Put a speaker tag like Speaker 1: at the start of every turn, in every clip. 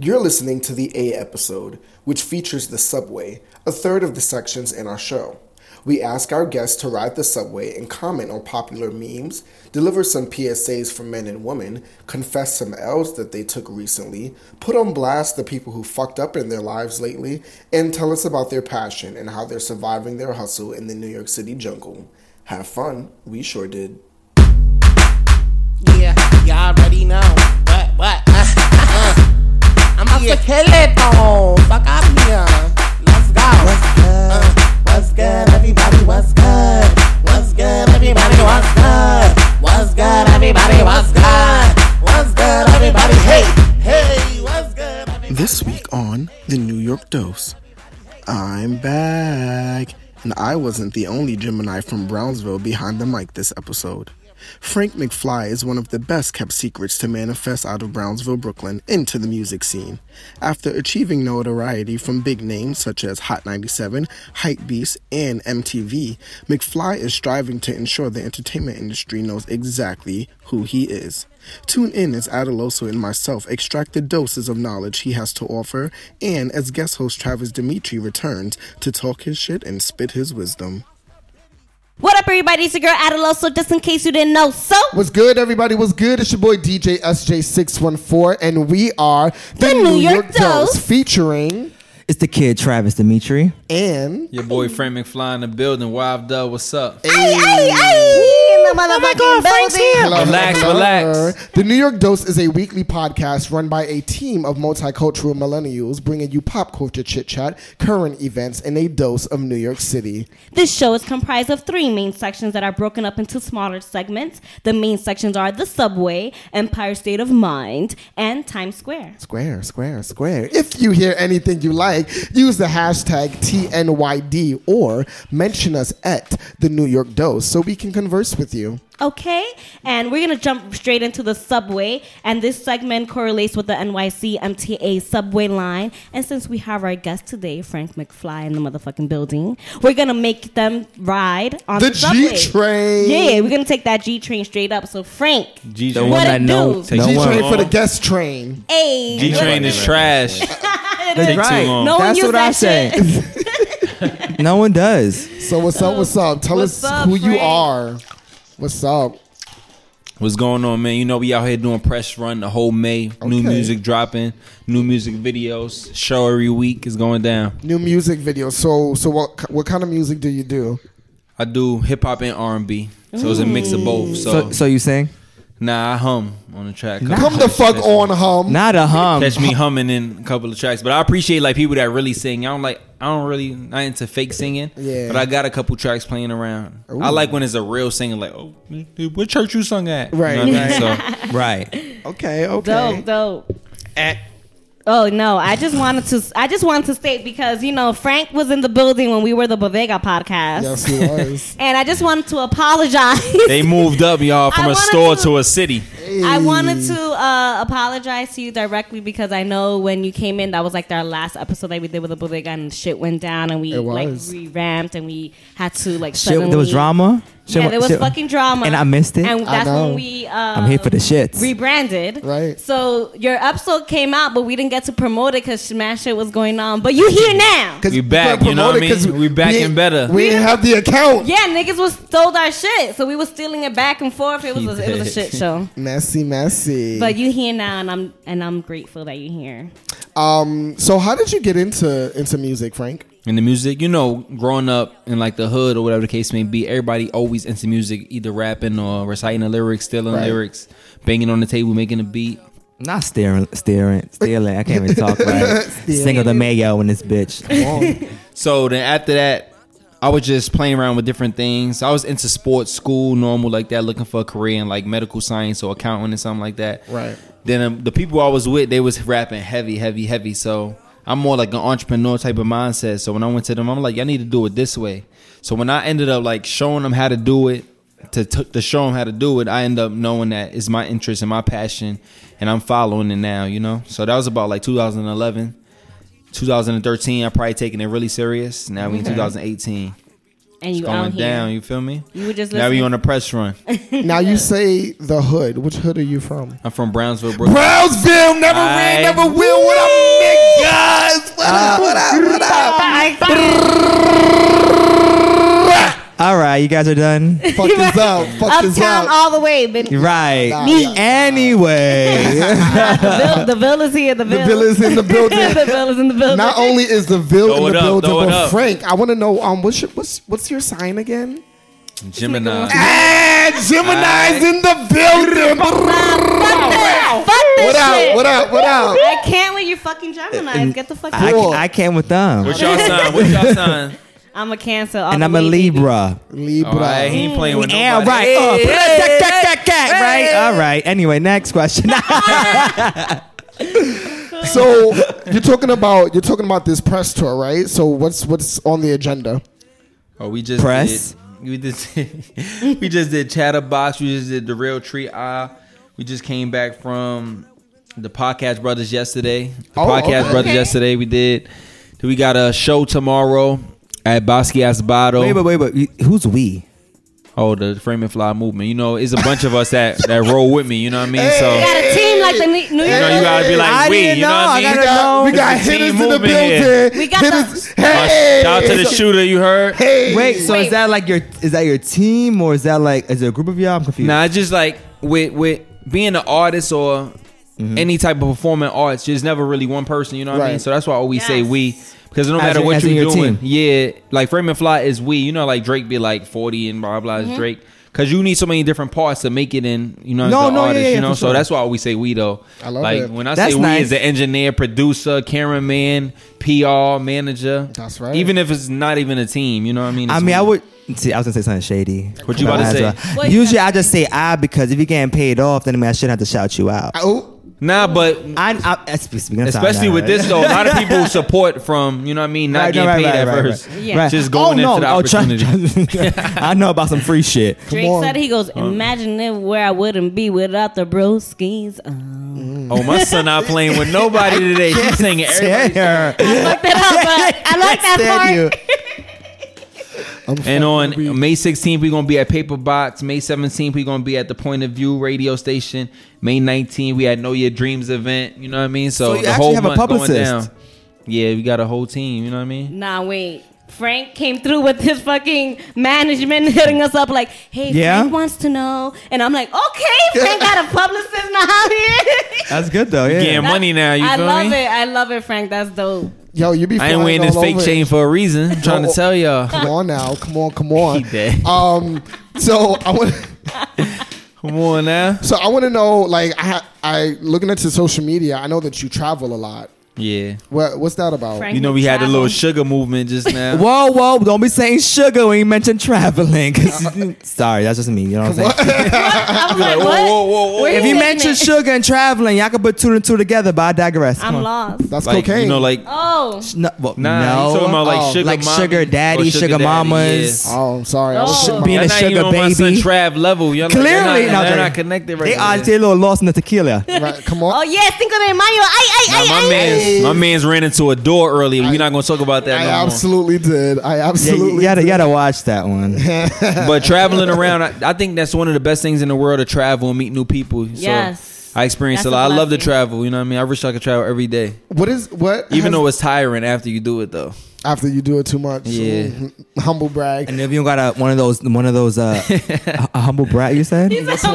Speaker 1: You're listening to the A episode, which features the subway, a third of the sections in our show. We ask our guests to ride the subway and comment on popular memes, deliver some PSAs for men and women, confess some L's that they took recently, put on blast the people who fucked up in their lives lately, and tell us about their passion and how they're surviving their hustle in the New York City jungle. Have fun, we sure did.
Speaker 2: Yeah, y'all already know. What, what? Uh, uh. I'm off the telephone. Fuck up here. Let's go. What's good? what's good, everybody? What's good? What's good, everybody? What's good? What's good, everybody? What's good? What's good, everybody? Hey, hey, what's good? everybody?
Speaker 1: This week on the New York Dose, I'm back. And I wasn't the only Gemini from Brownsville behind the mic this episode. Frank McFly is one of the best kept secrets to manifest out of Brownsville, Brooklyn, into the music scene. After achieving notoriety from big names such as Hot 97, Hypebeast, and MTV, McFly is striving to ensure the entertainment industry knows exactly who he is. Tune in as Adeloso and myself extract the doses of knowledge he has to offer, and as guest host Travis Dimitri returns to talk his shit and spit his wisdom.
Speaker 3: What up, everybody? It's your girl Adeloso, just in case you didn't know. So,
Speaker 1: What's good, everybody? What's good? It's your boy DJ SJ614, and we are the,
Speaker 3: New York Dose.
Speaker 1: featuring
Speaker 4: It's the kid Travis Dimitri.
Speaker 1: and
Speaker 5: Your boy Frank McFly in the building. Wild Dub, what's up?
Speaker 3: hey, hey, hey,
Speaker 1: Oh
Speaker 3: in the motherfucking building.
Speaker 1: Hello,
Speaker 5: Relax,
Speaker 1: hello, hello.
Speaker 5: relax.
Speaker 1: The New York Dose is a weekly podcast run by a team of multicultural millennials, bringing you pop culture chit chat, current events, and a dose of New York City.
Speaker 3: This show is comprised of three main sections that are broken up into smaller segments. The main sections are the subway, Empire State of Mind, and Times Square.
Speaker 1: Square, square, square. If you hear anything you like, use the hashtag TNYD or mention us at the New York Dose so we can converse with you.
Speaker 3: Okay? And we're gonna jump straight into the subway. And this segment correlates with the NYC MTA subway line. And since we have our guest today, Frank McFly, in the motherfucking building, we're gonna make them ride on the,
Speaker 1: The
Speaker 3: subway.
Speaker 1: G train.
Speaker 3: Yeah, we're gonna take that G train straight up. So Frank,
Speaker 5: G
Speaker 4: The
Speaker 5: Train.
Speaker 4: one
Speaker 3: it
Speaker 4: that no,
Speaker 3: do?
Speaker 4: no
Speaker 1: G
Speaker 4: one.
Speaker 1: train for the guest train.
Speaker 3: hey,
Speaker 5: G Train is trash.
Speaker 4: That's right.
Speaker 5: long.
Speaker 3: No one
Speaker 4: Um, That's
Speaker 3: used
Speaker 4: what
Speaker 3: that
Speaker 4: I say. no one does.
Speaker 1: So what's up? What's up? Tell
Speaker 3: What's
Speaker 1: us
Speaker 3: up,
Speaker 1: who you
Speaker 3: Frank?
Speaker 1: are. What's up?
Speaker 5: What's going on, man? You know we out here doing press run the whole May. New
Speaker 1: Okay.
Speaker 5: music dropping, new music videos. Show every week is going down.
Speaker 1: New music video. So so what what kind of music do you do?
Speaker 5: I do hip hop and R and B, so it's a mix of both. So,
Speaker 4: So, so you saying?
Speaker 5: nah, I hum on the track. Couple
Speaker 1: Come
Speaker 5: of
Speaker 1: the
Speaker 5: tracks.
Speaker 1: fuck on hum.
Speaker 4: Not a hum.
Speaker 5: Catch me humming in a couple of tracks, but I appreciate like people that really sing. I don't like, I don't really, not into fake singing.
Speaker 1: Yeah.
Speaker 5: But I got a couple tracks playing around. I
Speaker 1: Ooh.
Speaker 5: like when it's a real singer, like, oh, dude, what church you sung at? You
Speaker 1: Right,
Speaker 5: know what I mean? So,
Speaker 4: Right.
Speaker 1: Okay, okay.
Speaker 3: Dope, dope. Oh no! I just wanted to. I just wanted to state because you know Frank was in the building when we were the Bodega podcast,
Speaker 1: Yes, he was.
Speaker 3: and I just wanted to apologize.
Speaker 5: They moved up, y'all,
Speaker 3: I
Speaker 5: from a
Speaker 3: wanted
Speaker 5: store
Speaker 3: to-
Speaker 5: to, a city.
Speaker 3: I wanted to uh, apologize to you directly because I know when you came in, that was like our last episode that we did with the Bodega, and shit went down, and we
Speaker 1: It
Speaker 3: like
Speaker 1: was.
Speaker 3: revamped, and we had to like
Speaker 4: Shit,
Speaker 3: suddenly.
Speaker 4: there was drama. Shit,
Speaker 3: yeah, there was
Speaker 4: shit-
Speaker 3: fucking drama,
Speaker 4: And I missed it.
Speaker 3: And
Speaker 1: I
Speaker 3: that's
Speaker 1: know.
Speaker 3: when we. Uh,
Speaker 4: I'm here for the shits.
Speaker 3: rebranded.
Speaker 1: Right.
Speaker 3: So your episode came out, but we didn't get to promote it because smash shit was going on. But you here now.
Speaker 1: Cause
Speaker 5: We back, you know what I mean?
Speaker 1: 'cause
Speaker 5: We back
Speaker 1: ain't-
Speaker 5: and better.
Speaker 1: We didn't have the account.
Speaker 3: Yeah, niggas was stole our shit, so we was stealing it back and forth. It was a, it was a shit show.
Speaker 1: Messy, messy.
Speaker 3: But you here now, and I'm and I'm grateful that you here.
Speaker 1: um, so how did you get into into music, Frank?
Speaker 5: And the music, you know, growing up in like the hood or whatever the case may be, everybody always into music, either rapping or reciting the lyrics, stealing
Speaker 1: Right.
Speaker 5: lyrics, banging on the table, making a beat.
Speaker 4: Not staring, staring, stealing. I can't even talk right. Single the mayo in this bitch.
Speaker 5: So then after that, I was just playing around with different things. I was into sports, school, normal like that, looking for a career in like medical science or accounting or something like that.
Speaker 1: Right.
Speaker 5: Then um, the people I was with, they was rapping heavy, heavy, heavy. So I'm more like an entrepreneur type of mindset. So when I went to them, I'm like, y'all need to do it this way. So when I ended up like showing them how to do it, to t- to show them how to do it, I end up knowing that it's my interest and my passion, and I'm following it now. You know. So that was about like 2011. 2013, I probably taking it really serious. Now we in 2018.
Speaker 3: and you
Speaker 5: going
Speaker 3: out here.
Speaker 5: down. You feel me?
Speaker 3: You were just
Speaker 5: Now we
Speaker 3: listening.
Speaker 5: on a press run.
Speaker 2: Now you say the hood. Which hood are you from?
Speaker 5: I'm from Brownsville, Brooklyn.
Speaker 2: Brownsville, Uh, never
Speaker 5: Aight.
Speaker 2: ran, never will. What up, niggas? What up? What up?
Speaker 5: Uh,
Speaker 2: What up?
Speaker 4: All right, you guys are done.
Speaker 2: Fuck is up. Fuck is
Speaker 3: Uptown
Speaker 2: up.
Speaker 3: all the way, bitch.
Speaker 4: right.
Speaker 2: yeah.
Speaker 4: Anyway,
Speaker 3: the, bill, the bill is here. The
Speaker 2: The
Speaker 3: bill,
Speaker 2: bill is in the building.
Speaker 3: the bill is in the building.
Speaker 2: Not only is the bill
Speaker 5: Throw
Speaker 2: in
Speaker 5: it
Speaker 2: the
Speaker 5: up,
Speaker 2: building,
Speaker 5: throw it
Speaker 2: but
Speaker 5: up.
Speaker 2: Frank, I want to know um, what's your, what's what's your sign again?
Speaker 5: Gemini.
Speaker 2: And Gemini's in the building.
Speaker 3: Fuck this, fuck this
Speaker 2: What
Speaker 3: shit.
Speaker 2: up? What up? What up?
Speaker 3: I can't with you fucking Gemini's. Get the fuck
Speaker 4: I,
Speaker 3: out.
Speaker 2: Cool.
Speaker 4: I came with them,
Speaker 5: What's y'all sign? What's y'all sign?
Speaker 3: I'm a Cancer.
Speaker 4: and I'm a Libra.
Speaker 2: Libra.
Speaker 5: All right, he ain't playing with nobody.
Speaker 4: Yeah, right. Oh, up. Dak, dak, dak, dak, Right. All right. Anyway, next question.
Speaker 2: So you're talking about you're talking about this press tour, right? So what's what's on the agenda?
Speaker 5: Oh, we just
Speaker 4: Press.
Speaker 5: Did, we just we just did Chatterbox. We just did the Real Tree Eye. We just came back from the Podcast Brothers yesterday. The
Speaker 2: Oh,
Speaker 5: Podcast
Speaker 2: okay.
Speaker 5: Brothers
Speaker 3: Okay.
Speaker 5: yesterday. We did. We got a show tomorrow at Basquiat's Bottle.
Speaker 4: wait, but wait, but who's we?
Speaker 5: Oh, the Frame and Fly movement. You know, it's a bunch of us that that roll with me. You know what I mean? So
Speaker 3: You got a team like the New New
Speaker 5: you know, you
Speaker 3: York.
Speaker 5: gotta be like
Speaker 4: I
Speaker 5: we.
Speaker 4: didn't
Speaker 5: You know, what I
Speaker 4: know. I
Speaker 5: mean?
Speaker 4: gotta know.
Speaker 2: we got
Speaker 5: It's a team
Speaker 2: hitters in the
Speaker 5: movement
Speaker 2: building.
Speaker 5: here.
Speaker 3: We got
Speaker 2: hitters.
Speaker 3: the-
Speaker 2: Hey,
Speaker 5: Shout out to the shooter. You heard?
Speaker 2: hey.
Speaker 4: Wait, so
Speaker 3: Wait.
Speaker 4: is that like your is that your team or is that like is it a group of y'all? I'm confused.
Speaker 5: Nah, it's just like with with being an artist or
Speaker 4: Mm-hmm.
Speaker 5: any type of performing arts, there's never really one person. You know what I mean?
Speaker 2: Right.
Speaker 5: So that's why I always say
Speaker 3: Yes.
Speaker 5: we because no
Speaker 4: As
Speaker 5: matter
Speaker 4: in-
Speaker 5: what
Speaker 4: as in
Speaker 5: you're
Speaker 4: your
Speaker 5: doing,
Speaker 4: team.
Speaker 5: yeah, like Frame and Fly is we. You know, like Drake be like 40 and blah blah is Drake. Cause you need so many different parts to make it in, you know,
Speaker 4: No,
Speaker 5: as an
Speaker 4: no, yeah,
Speaker 5: artist,
Speaker 4: yeah,
Speaker 5: you know.
Speaker 4: for
Speaker 5: So
Speaker 4: sure.
Speaker 5: that's why we say we though.
Speaker 2: I love
Speaker 5: like
Speaker 2: it.
Speaker 5: when I
Speaker 4: That's
Speaker 5: say we
Speaker 4: nice.
Speaker 5: is an engineer, producer, cameraman, PR, manager.
Speaker 2: That's right.
Speaker 5: Even if it's not even a team, you know what I mean?
Speaker 4: I
Speaker 5: It's
Speaker 4: mean, I
Speaker 5: we.
Speaker 4: would see. I was gonna say something shady.
Speaker 5: What you
Speaker 4: Come
Speaker 5: about
Speaker 4: on,
Speaker 5: to
Speaker 4: Ezra.
Speaker 5: say?
Speaker 3: What you
Speaker 4: Usually,
Speaker 3: about
Speaker 4: I just say I because if you're getting paid off, then I mean, I shouldn't have to shout you out. I,
Speaker 2: Oh,
Speaker 5: Nah, but
Speaker 4: I, I speaking of
Speaker 5: Especially
Speaker 4: sound,
Speaker 5: with
Speaker 4: right?
Speaker 5: this though, a lot of people support from you know what I mean,
Speaker 4: Right,
Speaker 5: not
Speaker 4: no,
Speaker 5: getting
Speaker 4: right,
Speaker 5: paid
Speaker 4: right,
Speaker 5: at
Speaker 4: right,
Speaker 5: first,
Speaker 4: right. Oh,
Speaker 3: Yeah. Right.
Speaker 5: just going into the opportunity.
Speaker 4: try- I know about some free shit.
Speaker 3: Drake
Speaker 2: Come on.
Speaker 3: said he goes. Imagine if where I wouldn't be without the broskies. Um,
Speaker 5: oh, my son not playing with nobody today. She's singing everybody.
Speaker 4: Yeah.
Speaker 3: fuck that up, but I like that
Speaker 4: Said
Speaker 3: part.
Speaker 4: you.
Speaker 2: I'm
Speaker 5: And
Speaker 2: fucking weak.
Speaker 5: on May 16th, we're gonna be at Paper Box. May 17th, we're gonna be at the Point of View radio station. May 19th, we had Know Your Dreams event. You know what I mean? So,
Speaker 4: So you
Speaker 5: the
Speaker 4: actually
Speaker 5: whole
Speaker 4: have a
Speaker 5: month going
Speaker 4: publicist.
Speaker 5: down. Yeah, we got a whole team. You know what I mean?
Speaker 3: Nah, wait. Frank came through with his fucking management hitting us up like, hey,
Speaker 4: Yeah?
Speaker 3: Frank wants to know. And I'm like, okay, Frank got a publicist now out here.
Speaker 4: That's good though. Yeah.
Speaker 5: Getting money now. You
Speaker 3: I
Speaker 5: feel
Speaker 3: love
Speaker 5: me?
Speaker 3: it. I love it, Frank. That's dope.
Speaker 2: yo, you be
Speaker 5: I ain't wearing
Speaker 2: flying
Speaker 5: this
Speaker 2: all
Speaker 5: fake
Speaker 2: over.
Speaker 5: chain for a reason. I'm trying to
Speaker 2: Oh.
Speaker 5: tell y'all.
Speaker 2: Come on now, come on, come on.
Speaker 5: He dead.
Speaker 2: Um, so I want,
Speaker 5: Come on now.
Speaker 2: so I want to know, like, I, ha- I looking into social media. I know that you travel a lot.
Speaker 5: Yeah.
Speaker 2: What, what's that about?
Speaker 3: Frank
Speaker 5: You know we had a
Speaker 3: travel.
Speaker 5: little sugar movement just now.
Speaker 4: Whoa, whoa! Don't be saying sugar when you mention traveling. 'cause you- sorry, that's just me. You know what I'm saying?
Speaker 3: I was like, what?
Speaker 5: whoa, whoa, whoa.
Speaker 3: Where
Speaker 4: If you
Speaker 3: getting
Speaker 4: mention
Speaker 3: it?
Speaker 4: sugar and traveling, y'all can put two and two together. But I digress.
Speaker 3: I'm
Speaker 4: Come on.
Speaker 3: lost.
Speaker 2: That's
Speaker 5: like
Speaker 2: cocaine.
Speaker 5: you know, like
Speaker 3: Oh.
Speaker 4: No, well,
Speaker 5: nah,
Speaker 4: no.
Speaker 5: you talking about like
Speaker 2: Oh,
Speaker 5: sugar,
Speaker 4: like
Speaker 5: mommy
Speaker 4: sugar daddy,
Speaker 5: or
Speaker 4: sugar
Speaker 5: daddy,
Speaker 4: mamas.
Speaker 5: yeah.
Speaker 2: oh, I'm sorry. I
Speaker 3: Oh.
Speaker 2: was shit my-
Speaker 4: Being a
Speaker 5: Y'all not
Speaker 4: sugar
Speaker 5: even on my son
Speaker 4: baby.
Speaker 5: Trav level. Y'all Clearly,
Speaker 4: Clearly,
Speaker 5: like, they're,
Speaker 4: no,
Speaker 5: not, they're
Speaker 4: they-
Speaker 5: not connected right
Speaker 4: They are
Speaker 5: now.
Speaker 4: they a little lost in the tequila.
Speaker 2: Right, come on.
Speaker 3: Oh, yeah, Cinco de Mayo. I, I,
Speaker 5: Nah,
Speaker 3: I,
Speaker 5: my
Speaker 3: I.
Speaker 5: man's my man's ran into a door earlier. We're not gonna talk about that.
Speaker 2: I
Speaker 5: no more.
Speaker 2: absolutely did. I
Speaker 4: Yeah,
Speaker 2: absolutely.
Speaker 4: you, you, gotta, you gotta watch that one.
Speaker 5: But traveling around, I, I think that's one of the best things in the world to travel and meet new people. So
Speaker 3: Yes.
Speaker 5: I experienced
Speaker 3: That's
Speaker 5: a
Speaker 3: a
Speaker 5: lot. I love to
Speaker 3: blessing.
Speaker 5: travel. You know what I mean? I wish I could travel every day,
Speaker 2: What is what? has-
Speaker 5: even though it's tiring after you do it though.
Speaker 2: after you do it too much,
Speaker 5: Yeah.
Speaker 2: mm, humble brag.
Speaker 4: And if you got a, one of those, one of those, uh, a, a humble brat, you said.
Speaker 3: He was so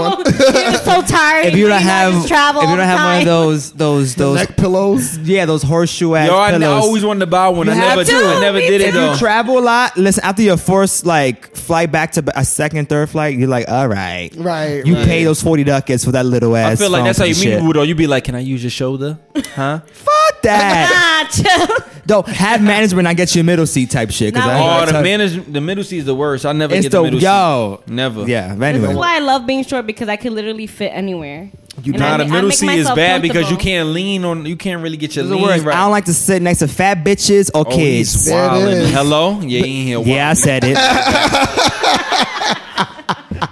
Speaker 3: tired.
Speaker 4: If you don't have,
Speaker 3: just
Speaker 4: if you
Speaker 3: travel
Speaker 4: don't
Speaker 3: all the
Speaker 4: have one of
Speaker 3: time.
Speaker 4: those, those, those,
Speaker 2: Neck pillows.
Speaker 4: yeah, those horseshoe ass
Speaker 5: Yo, I, I
Speaker 4: pillows.
Speaker 5: always wanted to buy one. I
Speaker 4: You have
Speaker 5: never,
Speaker 4: to.
Speaker 5: I never
Speaker 3: Me
Speaker 5: did it
Speaker 3: too.
Speaker 5: though.
Speaker 4: you travel a lot. Listen, after your first like flight back to b- a second, third flight, you're like, all right,
Speaker 2: Right.
Speaker 4: you
Speaker 2: right.
Speaker 4: pay those forty ducats for that little ass.
Speaker 5: I feel like
Speaker 4: phone
Speaker 5: that's how you meet
Speaker 4: shit.
Speaker 5: people though. You be like, "Can I use your shoulder?" Huh?
Speaker 4: Fuck that.
Speaker 3: Ah, chill.
Speaker 4: Don't have management. I get you a middle seat type shit. 'cause
Speaker 3: Nah,
Speaker 4: I ain't
Speaker 5: Oh,
Speaker 4: like
Speaker 5: the
Speaker 4: touch-
Speaker 5: manage the middle seat is the worst. I never
Speaker 4: It's
Speaker 5: get the,
Speaker 4: the
Speaker 5: middle
Speaker 4: yo.
Speaker 5: seat. Never.
Speaker 4: Yeah. But
Speaker 3: This is
Speaker 4: anyway,
Speaker 3: why I love being short because I can literally fit anywhere. You
Speaker 5: Nah, the middle seat is bad because you can't lean on. You can't really get your
Speaker 4: Those are
Speaker 5: lean
Speaker 4: words.
Speaker 5: right.
Speaker 4: I don't like to sit next to fat bitches or
Speaker 5: oh, he's
Speaker 4: kids.
Speaker 2: There it
Speaker 5: wildin'.
Speaker 2: is.
Speaker 5: Hello. Yeah, you ain't here.
Speaker 4: Yeah, I said it.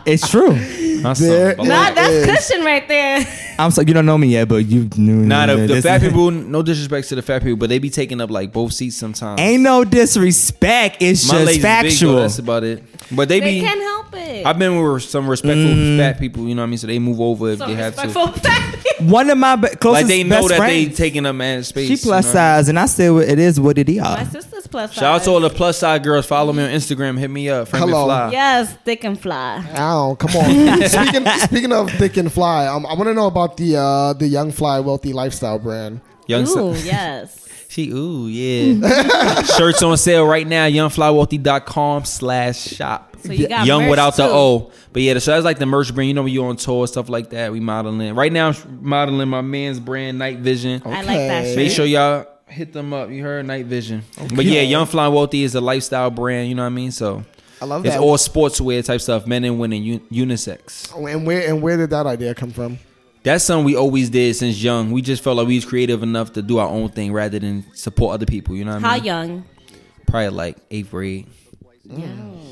Speaker 4: it's true.
Speaker 5: I
Speaker 2: There-
Speaker 5: saw.
Speaker 3: Nah,
Speaker 2: Yeah,
Speaker 3: that's
Speaker 2: it is.
Speaker 3: cushion right there.
Speaker 4: I'm so you don't know me yet, but you knew.
Speaker 5: Nah, the, the
Speaker 4: this-
Speaker 5: fat people. No disrespect to the fat people, but they be taking up like both seats sometimes.
Speaker 4: Ain't no disrespect. It's
Speaker 5: My
Speaker 4: just
Speaker 5: lady's big, though,
Speaker 4: factual.
Speaker 5: that's about it. But they,
Speaker 3: They
Speaker 5: be.
Speaker 3: can't help it.
Speaker 5: I've been with some respectful
Speaker 4: Mm-hmm.
Speaker 5: fat people. You know what I mean? So they move over if
Speaker 3: so
Speaker 5: they have
Speaker 3: respectful
Speaker 5: to.
Speaker 3: fact.
Speaker 4: One of my be- closest
Speaker 5: Like they know
Speaker 4: best
Speaker 5: that they
Speaker 4: friends.
Speaker 5: taking up man space.
Speaker 4: she plus
Speaker 5: you know what I mean?
Speaker 4: size, and I said well, it is what it is.
Speaker 3: My sister's plus
Speaker 5: Shout out
Speaker 3: size.
Speaker 5: to all the plus side girls. Follow me on Instagram. Hit me up. Frank
Speaker 6: Hello.
Speaker 5: McFly.
Speaker 3: Yes, thick and fly.
Speaker 6: Ow, come on. speaking, speaking of thick and fly, um, I want to know about the uh, the Young Fly Wealthy Lifestyle brand.
Speaker 5: Young
Speaker 3: Ooh,
Speaker 5: son.
Speaker 3: yes.
Speaker 5: She ooh yeah. Shirts on sale right now. Youngflywealthy.com slash shop.
Speaker 3: So you got
Speaker 5: Young
Speaker 3: merch,
Speaker 5: without the
Speaker 3: too.
Speaker 5: O. But yeah, so that's like the merch brand. You know when you on tour stuff like that. We modeling right now. I'm modeling my man's brand Night Vision.
Speaker 3: I like that
Speaker 6: Okay.
Speaker 3: shirt.
Speaker 5: Make sure y'all hit them up. You heard Night Vision. But yeah, Young Fly Wealthy is a lifestyle brand. You know what I mean? So
Speaker 6: I love
Speaker 5: it's
Speaker 6: that.
Speaker 5: all sportswear type stuff. Men and women, un- unisex.
Speaker 6: Oh, and where and where did that idea come from?
Speaker 5: That's something we always did since young. We just felt like we was creative enough to do our own thing rather than support other people. You know what I
Speaker 3: How
Speaker 5: mean?
Speaker 3: young?
Speaker 5: Probably like eighth grade.
Speaker 3: Yeah.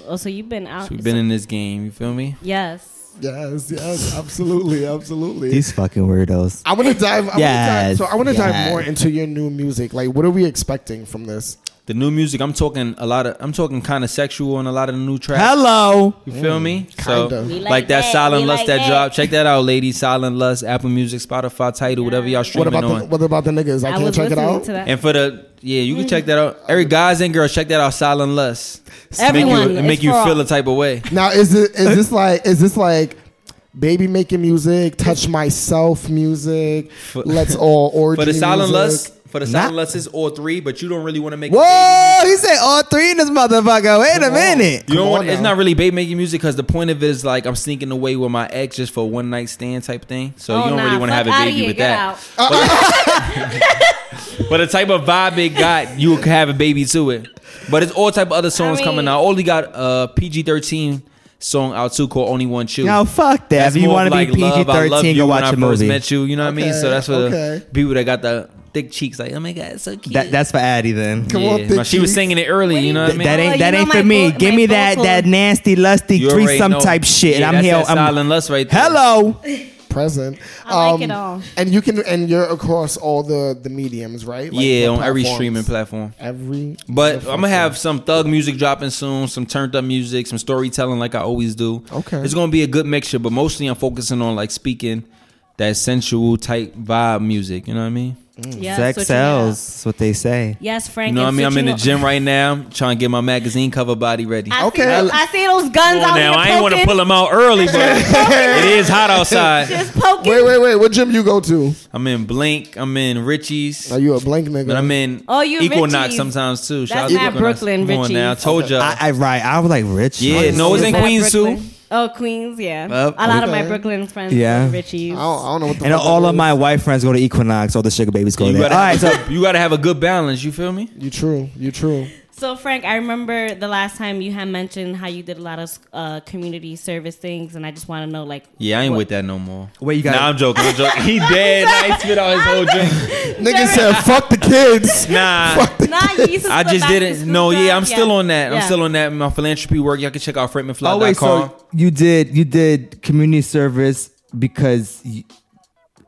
Speaker 3: Oh, so you've been out.
Speaker 5: So we've Mm. been in this game. You feel me?
Speaker 3: yes.
Speaker 6: Yes, yes, absolutely, absolutely.
Speaker 4: These fucking weirdos.
Speaker 6: I want to dive. I
Speaker 4: Yes,
Speaker 6: wanna dive so I want to dive
Speaker 4: yes.
Speaker 6: more into your new music. Like, what are we expecting from this?
Speaker 5: The new music. I'm talking a lot of. I'm talking kind of sexual on a lot of the new tracks.
Speaker 4: Hello.
Speaker 5: You feel me? So
Speaker 6: Mm, Kinda. We
Speaker 5: like,
Speaker 3: like
Speaker 5: that,
Speaker 3: that,
Speaker 5: silent
Speaker 3: we
Speaker 5: lust
Speaker 3: like
Speaker 5: that,
Speaker 3: that.
Speaker 5: drop. Check that out, ladies. Silent lust. Apple Music, Spotify, title, whatever y'all
Speaker 6: What
Speaker 5: streaming
Speaker 6: about the,
Speaker 5: on.
Speaker 6: what about the niggas? I,
Speaker 3: I
Speaker 6: can't
Speaker 3: was
Speaker 6: check it
Speaker 3: listening
Speaker 6: out.
Speaker 3: to that.
Speaker 5: and for the yeah, you can check that out. Every guys and girls, check that out. Silent lust.
Speaker 3: Everyone,
Speaker 5: make you,
Speaker 3: it's
Speaker 5: make you
Speaker 3: for all.
Speaker 5: feel a type of way.
Speaker 6: Now, is it is this like is this like baby making music, touch myself music? let's all orgy.
Speaker 5: For the silent
Speaker 6: music?
Speaker 5: lust. For the silent
Speaker 4: Not-
Speaker 5: lust is all three, but you don't really want to make. a baby.
Speaker 4: Whoa. He said all three in this motherfucker. Wait a minute.
Speaker 6: Come
Speaker 5: You don't
Speaker 6: on
Speaker 5: want, it's
Speaker 6: now.
Speaker 5: not really babe making music because the point of it is like I'm sneaking away with my ex just for one night stand type thing. So
Speaker 3: Oh,
Speaker 5: you don't
Speaker 3: nah,
Speaker 5: really want to have
Speaker 3: fuck
Speaker 5: a
Speaker 3: outta
Speaker 5: baby
Speaker 3: here,
Speaker 5: with
Speaker 3: get
Speaker 5: that.
Speaker 3: out.
Speaker 5: But the type of vibe it got, you could have a baby to it. But it's all type of other songs
Speaker 3: mean-
Speaker 5: coming out. Only got a PG-13 song out too called "Only One Chew."
Speaker 4: Yo, fuck that.
Speaker 5: That's
Speaker 4: if you
Speaker 5: more
Speaker 4: want
Speaker 5: of
Speaker 4: to be
Speaker 5: love,
Speaker 4: PG
Speaker 5: I love
Speaker 4: thirteen,
Speaker 5: you
Speaker 4: go
Speaker 5: when
Speaker 4: watch
Speaker 5: I
Speaker 4: a
Speaker 5: first
Speaker 4: movie.
Speaker 5: Met you, you know what I mean? So
Speaker 6: Okay,
Speaker 5: that's for
Speaker 6: okay.
Speaker 5: the people that got the thick cheeks. Like, oh my god, it's so cute.
Speaker 4: That, that's for Addie then.
Speaker 6: Come on,
Speaker 5: Yeah.
Speaker 6: thick
Speaker 5: No, she was
Speaker 6: cheeks.
Speaker 5: singing it early. You know what I
Speaker 4: Th-
Speaker 5: mean?
Speaker 4: that
Speaker 3: Well,
Speaker 4: ain't
Speaker 3: you
Speaker 4: that
Speaker 3: know
Speaker 4: ain't
Speaker 3: my
Speaker 4: for me.
Speaker 3: vo-
Speaker 4: Give
Speaker 3: my
Speaker 4: me that
Speaker 3: vocal-
Speaker 4: that nasty lusty
Speaker 5: You already
Speaker 4: threesome
Speaker 5: know.
Speaker 4: type shit.
Speaker 5: Yeah,
Speaker 4: I'm
Speaker 5: that's
Speaker 4: here.
Speaker 5: that
Speaker 4: I'm,
Speaker 5: silent lust right there.
Speaker 4: hello.
Speaker 6: present. Um,
Speaker 3: I like it all.
Speaker 6: And you can and you're across all the the mediums, right? Like,
Speaker 5: yeah,
Speaker 6: the
Speaker 5: on every
Speaker 6: platforms.
Speaker 5: streaming platform.
Speaker 6: Every.
Speaker 5: But I'm gonna have some thug music dropping soon, some turned up music, some storytelling like I always do.
Speaker 6: Okay.
Speaker 5: It's gonna be a good mixture, but mostly I'm focusing on like speaking that sensual type vibe music. You know what I mean?
Speaker 3: Yeah, switching
Speaker 4: Mm. Sex
Speaker 3: it
Speaker 4: sells.
Speaker 3: up.
Speaker 4: That's what they say.
Speaker 3: Yes, Frank.
Speaker 5: You know what I
Speaker 3: and
Speaker 5: mean? I'm in the
Speaker 3: switching
Speaker 5: gym right now, trying to get my magazine cover body ready.
Speaker 3: o- I
Speaker 6: Okay.
Speaker 3: See those, I see those guns
Speaker 5: Well,
Speaker 3: out
Speaker 5: now
Speaker 3: here
Speaker 5: I ain't want to
Speaker 3: poking.
Speaker 5: pull them out early, but it is hot outside.
Speaker 3: Just poking.
Speaker 6: Wait, wait, wait. What gym you go to?
Speaker 5: I'm in Blink. I'm in Richie's.
Speaker 6: Are you a blank nigga?
Speaker 5: But I'm in
Speaker 3: Oh, you
Speaker 5: Equinox
Speaker 3: Richie's.
Speaker 5: sometimes too. Shout
Speaker 3: That's
Speaker 5: out to
Speaker 3: not
Speaker 5: Equinox.
Speaker 3: Brooklyn,
Speaker 5: Come on now, I
Speaker 3: Richie's.
Speaker 5: told y'all.
Speaker 4: I, I right. I was like rich.
Speaker 5: yeah,
Speaker 4: Honestly.
Speaker 5: no, it's in
Speaker 3: Bad
Speaker 5: Queens too.
Speaker 3: Brooklyn. Oh, Queens, yeah.
Speaker 4: Well,
Speaker 3: a lot of my
Speaker 6: okay.
Speaker 3: Brooklyn friends
Speaker 4: Yeah.
Speaker 3: yeah. Richie's.
Speaker 6: I don't, I don't know what the.
Speaker 4: And
Speaker 6: fuck
Speaker 4: all
Speaker 6: that
Speaker 4: of
Speaker 6: is.
Speaker 4: my white friends go to Equinox. All the sugar babies go
Speaker 5: You
Speaker 4: there.
Speaker 5: gotta,
Speaker 4: All right, so
Speaker 5: you gotta have a good balance. You feel me?
Speaker 6: You true. You true.
Speaker 3: So, Frank, I remember the last time you had mentioned how you did a lot of uh, community service things, and I just want to know, like,
Speaker 5: Yeah, I ain't
Speaker 3: what-
Speaker 5: with that no more.
Speaker 4: Wait, you got-
Speaker 5: Nah, I'm joking. I'm joking. He dead. I spit out his whole drink.
Speaker 6: Nigga said, "Fuck the kids."
Speaker 5: Nah.
Speaker 3: Nah, you used to
Speaker 5: I
Speaker 3: do the
Speaker 5: just
Speaker 3: back to
Speaker 5: didn't.
Speaker 3: school
Speaker 5: No, yeah,
Speaker 3: stuff.
Speaker 5: I'm still on that. I'm
Speaker 3: Yeah.
Speaker 5: still on that. My philanthropy work. Y'all can check out
Speaker 4: oh
Speaker 5: frankmanfly.com.
Speaker 4: wait, so you did you did community service because you,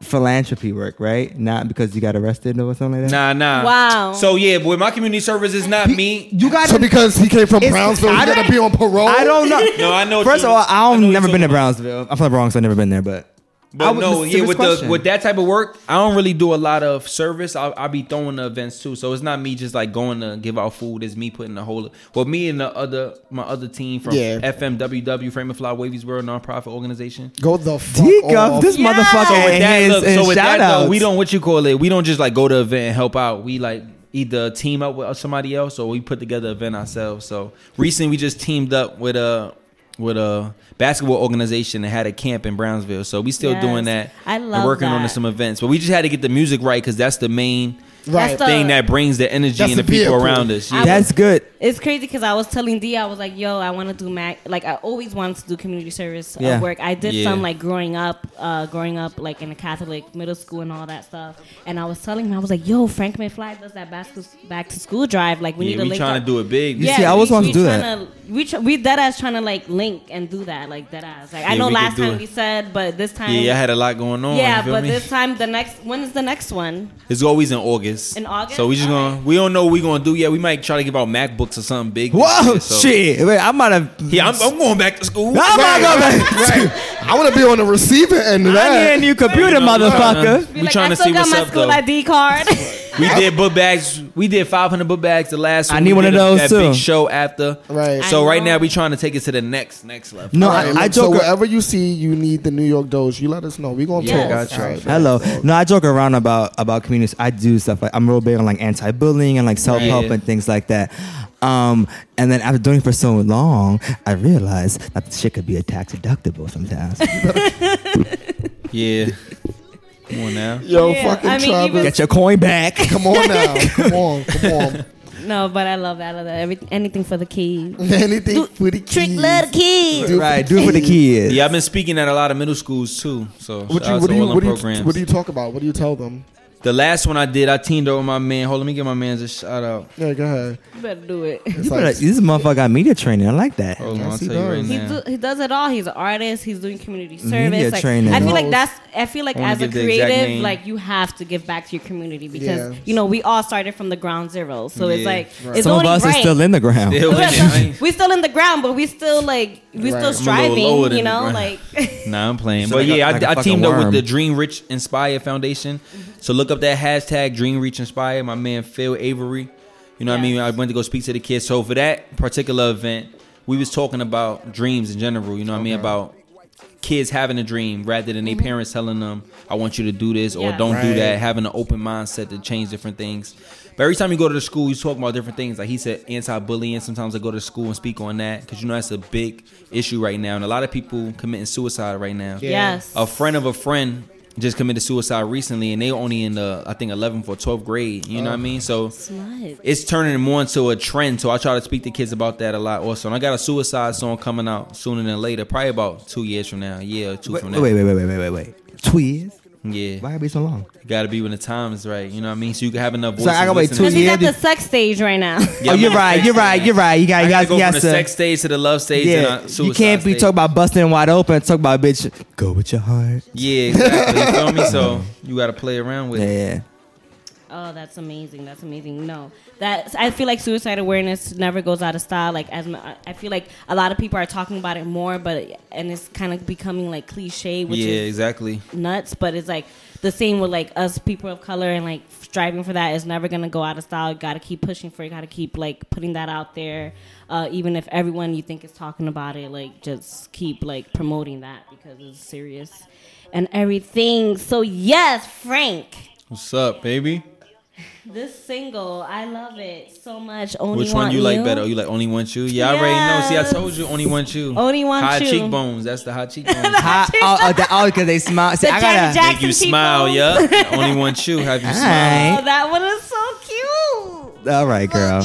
Speaker 4: philanthropy work, right? Not because you got arrested or something like that.
Speaker 5: nah, nah.
Speaker 3: Wow.
Speaker 5: So yeah, boy, my community service is not me.
Speaker 4: You got
Speaker 6: So because he came from
Speaker 4: It's-
Speaker 6: Brownsville,
Speaker 4: I
Speaker 6: he gotta
Speaker 4: don't-
Speaker 6: be on parole.
Speaker 4: I don't know.
Speaker 5: No, I know what
Speaker 4: First
Speaker 5: you-
Speaker 4: of all,
Speaker 5: I know
Speaker 4: I've
Speaker 5: what
Speaker 4: never been to
Speaker 5: you're talking about.
Speaker 4: Brownsville. I'm from the Bronx. so I've never been there, but
Speaker 5: But
Speaker 4: I was-
Speaker 5: no,
Speaker 4: this
Speaker 5: yeah,
Speaker 4: is
Speaker 5: with
Speaker 4: question.
Speaker 5: the with that type of work, I don't really do a lot of service. I I be throwing the events too, so it's not me just like going to give out food. It's me putting the whole. Well, me and the other my other team from
Speaker 6: Yeah.
Speaker 5: FMWW Frame and Fly Wavy's World nonprofit organization.
Speaker 6: go the fuck
Speaker 4: Deco,
Speaker 6: off.
Speaker 4: this
Speaker 3: Yeah.
Speaker 4: motherfucker.
Speaker 3: So
Speaker 5: So with
Speaker 4: and
Speaker 5: that,
Speaker 4: his-
Speaker 5: look,
Speaker 4: and
Speaker 5: so with that
Speaker 4: shout-outs.
Speaker 5: though, we don't what you call it. We don't just like go to an event and help out. We like either team up with somebody else or we put together an event ourselves. So recently, we just teamed up with a with a basketball organization that had a camp in Brownsville. So we still
Speaker 3: Yes.
Speaker 5: doing that.
Speaker 3: I
Speaker 5: and
Speaker 3: love
Speaker 5: working on
Speaker 3: that.
Speaker 5: some events, but we just had to get the music right because that's the main
Speaker 6: Right.
Speaker 3: That's the-
Speaker 5: thing that brings the energy
Speaker 6: That's
Speaker 5: and the
Speaker 6: the
Speaker 5: people
Speaker 6: vehicle.
Speaker 5: around us. Yeah.
Speaker 4: That's good.
Speaker 3: It's crazy because I was telling D, I was like, "Yo, I want to do Mac. Like, I always wanted to do community service uh,
Speaker 4: Yeah.
Speaker 3: work. I did
Speaker 5: Yeah.
Speaker 3: some like growing up, uh, growing up like in a Catholic middle school and all that stuff. And I was telling him, I was like, "Yo, Frank McFly does that back to, back to school drive. Like, we need
Speaker 5: yeah,
Speaker 3: to
Speaker 5: we
Speaker 3: link
Speaker 5: trying
Speaker 3: up.
Speaker 5: to do it big.
Speaker 4: You see, I always
Speaker 3: we-
Speaker 4: wanted
Speaker 3: we
Speaker 4: to do
Speaker 3: tryna- We tr- we dead ass trying to like link and do that, like dead ass. Like I
Speaker 5: Yeah,
Speaker 3: know
Speaker 5: we could
Speaker 3: last
Speaker 5: do
Speaker 3: time
Speaker 5: it.
Speaker 3: we said, but this time,
Speaker 5: Yeah, I had a lot going on.
Speaker 3: yeah,
Speaker 5: you feel
Speaker 3: but
Speaker 5: me?
Speaker 3: this time the next. When is the next one?
Speaker 5: it's always in August.
Speaker 3: In August?
Speaker 5: so we just gonna we don't know what we gonna do yet. We might try to give out MacBooks or something big.
Speaker 4: Whoa,
Speaker 5: So-
Speaker 4: shit. Wait, I might have. Oh
Speaker 5: Yeah, I'm, I'm going back to school.
Speaker 4: I'm
Speaker 6: Right,
Speaker 4: not going back.
Speaker 6: right. I want to be on the receiving end of
Speaker 4: I need a
Speaker 6: that.
Speaker 4: new computer,
Speaker 5: You know,
Speaker 4: motherfucker.
Speaker 5: We
Speaker 3: Be like,
Speaker 5: trying
Speaker 3: I
Speaker 5: to
Speaker 3: still
Speaker 5: see
Speaker 3: got
Speaker 5: what's
Speaker 3: my
Speaker 5: up
Speaker 3: school
Speaker 5: though.
Speaker 3: ID card.
Speaker 5: We did book bags. We did 500 book bags the last.
Speaker 4: I
Speaker 5: one.
Speaker 4: need
Speaker 5: We
Speaker 4: one
Speaker 5: did
Speaker 4: of
Speaker 5: a-
Speaker 4: those,
Speaker 5: that
Speaker 4: too.
Speaker 5: Big show after.
Speaker 6: Right.
Speaker 5: So
Speaker 3: I
Speaker 5: right
Speaker 3: know.
Speaker 5: now we trying to take it to the next next level.
Speaker 4: No,
Speaker 6: All right,
Speaker 4: I, I
Speaker 6: look, so
Speaker 4: joke. ar-
Speaker 6: wherever you see you need the New York Doge, you let us know. We gonna
Speaker 3: Yeah,
Speaker 6: talk.
Speaker 3: gotcha.
Speaker 6: All right.
Speaker 4: Hello. No, I joke around about about communities. I do stuff like I'm real big on like anti-bullying and like self-help
Speaker 5: Yeah.
Speaker 4: and things like that. Um, and then after doing it for so long, I realized that the shit could be a tax deductible sometimes.
Speaker 5: Yeah. Come on now.
Speaker 6: Yo,
Speaker 3: Yeah,
Speaker 6: fucking
Speaker 3: I mean,
Speaker 6: Travis.
Speaker 3: even-
Speaker 4: Get your coin back.
Speaker 6: Come on now. Come on. Come on.
Speaker 3: no, but I love that. I love that. Every, anything for the kids.
Speaker 6: Anything
Speaker 3: Do-
Speaker 6: for the
Speaker 3: Trick
Speaker 6: kids.
Speaker 3: love the kids.
Speaker 6: Do-
Speaker 4: right, do it for the kids.
Speaker 5: Yeah, I've been speaking at a lot of middle schools too. Uh, So
Speaker 6: What
Speaker 5: shout
Speaker 6: you, what,
Speaker 5: out to
Speaker 6: do you,
Speaker 5: all them
Speaker 6: what, do you,
Speaker 5: programs.
Speaker 6: what do you talk about? What do you tell them?
Speaker 5: the last one I did, I teamed up with my man. Hold on, let me give my man's a shout out.
Speaker 6: Yeah, go ahead.
Speaker 3: You better do it.
Speaker 6: It's
Speaker 4: You
Speaker 6: like-
Speaker 4: better, this motherfucker got media training. I like that.
Speaker 5: Hold on,
Speaker 6: Yes,
Speaker 5: I'll
Speaker 6: he
Speaker 5: tell you right
Speaker 6: does.
Speaker 3: He,
Speaker 5: now.
Speaker 3: do, he does it all. He's an artist. He's doing community
Speaker 4: Media
Speaker 3: service. Like,
Speaker 4: training.
Speaker 3: I feel like
Speaker 6: Knows.
Speaker 3: that's. I feel like
Speaker 5: I wanna
Speaker 3: as a
Speaker 5: give the exact
Speaker 3: creative,
Speaker 5: name.
Speaker 3: like you have to give back to your community because
Speaker 6: Yeah.
Speaker 3: you know we all started from the ground zero. So it's
Speaker 5: Yeah.
Speaker 3: like it's
Speaker 4: Some of
Speaker 3: only
Speaker 4: us
Speaker 3: right.
Speaker 4: are still in the ground.
Speaker 5: Still in it, right?
Speaker 3: we're still in the ground, but we still like we
Speaker 6: Right. I'm a
Speaker 3: still
Speaker 6: little
Speaker 3: striving.
Speaker 5: lower than
Speaker 3: You
Speaker 5: the
Speaker 3: know,
Speaker 5: ground.
Speaker 3: like
Speaker 5: Nah, I'm playing.
Speaker 4: It's
Speaker 5: But
Speaker 4: like a-
Speaker 5: yeah, I
Speaker 4: like a
Speaker 5: I
Speaker 4: fucking
Speaker 5: teamed up with
Speaker 4: worm.
Speaker 5: the Dream Rich Inspire Foundation. So look up that hashtag Dream Rich Inspire. My man Phil Avery. You know what I mean?
Speaker 3: Yes.
Speaker 5: I went to go speak to the kids. So for that particular event, we was talking about dreams in general. You know what I mean? About kids having a dream rather than their parents telling them, I want you to do this
Speaker 3: Mm-hmm.
Speaker 5: or
Speaker 3: Yeah.
Speaker 5: don't do
Speaker 6: Right.
Speaker 5: that. Having an open mindset to change different things. But every time you go to the school, you talk about different things. Like he said, anti-bullying. Sometimes I go to school and speak on that because you know that's a big issue right now, and a lot of people committing suicide right now.
Speaker 3: yes,
Speaker 5: A friend of a friend just committed suicide recently, and they only in the I think 11th or 12th grade. You know what I mean? So
Speaker 3: Smut.
Speaker 5: it's turning more into a trend. So I try to speak to kids about that a lot also. And I got a suicide song coming out sooner than later, probably about two years from now, a year or two
Speaker 4: Wait,
Speaker 5: from
Speaker 4: wait,
Speaker 5: now.
Speaker 4: wait, wait, wait, wait, wait, wait. Two years?
Speaker 5: Yeah,
Speaker 4: Why it be so long?
Speaker 5: gotta be when the time is right. You know what I mean? So you can have enough.
Speaker 4: So I gotta wait
Speaker 5: listening.
Speaker 3: because he's
Speaker 4: Yeah,
Speaker 3: at the
Speaker 4: dude.
Speaker 3: sex stage right now.
Speaker 5: Yeah,
Speaker 4: oh,
Speaker 5: I'm
Speaker 4: you're
Speaker 5: at the
Speaker 4: right.
Speaker 5: sex
Speaker 4: You're
Speaker 5: stage
Speaker 4: right.
Speaker 5: now.
Speaker 4: You're right. You got.
Speaker 5: I
Speaker 4: You
Speaker 5: gotta
Speaker 4: got.
Speaker 5: go
Speaker 4: You got
Speaker 5: from the
Speaker 4: to-
Speaker 5: sex stage to the love stage.
Speaker 4: Yeah,
Speaker 5: and a
Speaker 4: you
Speaker 5: suicide
Speaker 4: can't be
Speaker 5: stage.
Speaker 4: talking about busting wide open. Talk about bitch. Go with your heart.
Speaker 5: Yeah, exactly. you feel me? So you gotta play around with. it.
Speaker 4: Yeah.
Speaker 3: Oh, that's amazing. That's amazing. No, that I feel like suicide awareness never goes out of style. Like as my, I feel like a lot of people are talking about it more, but and it's kind of becoming like cliche, which
Speaker 5: yeah,
Speaker 3: is
Speaker 5: exactly.
Speaker 3: nuts. But it's like the same with like us people of color and like striving for that is never gonna go out of style. Got to keep pushing for it. Got to keep like putting that out there, uh, even if everyone you think is talking about it. Like just keep like promoting that because it's serious and everything. So yes, Frank.
Speaker 5: What's up, baby?
Speaker 3: This single, I love it so much. Only
Speaker 5: Which one
Speaker 3: Want
Speaker 5: you like better? You like Only Want You? Yeah, I already know. See, I told you Only Want You.
Speaker 3: Only Want
Speaker 5: high
Speaker 3: You.
Speaker 5: cheekbones. That's the high cheekbones.
Speaker 4: Hi, oh, oh, that, oh, because they smile. See,
Speaker 3: The
Speaker 4: I gotta.
Speaker 3: Janet Jackson
Speaker 5: Make you smile,
Speaker 3: people.
Speaker 5: yeah. Only Want You. Have you smile.
Speaker 3: Oh,
Speaker 4: All
Speaker 3: that one is so cute.
Speaker 4: right, all right, girl.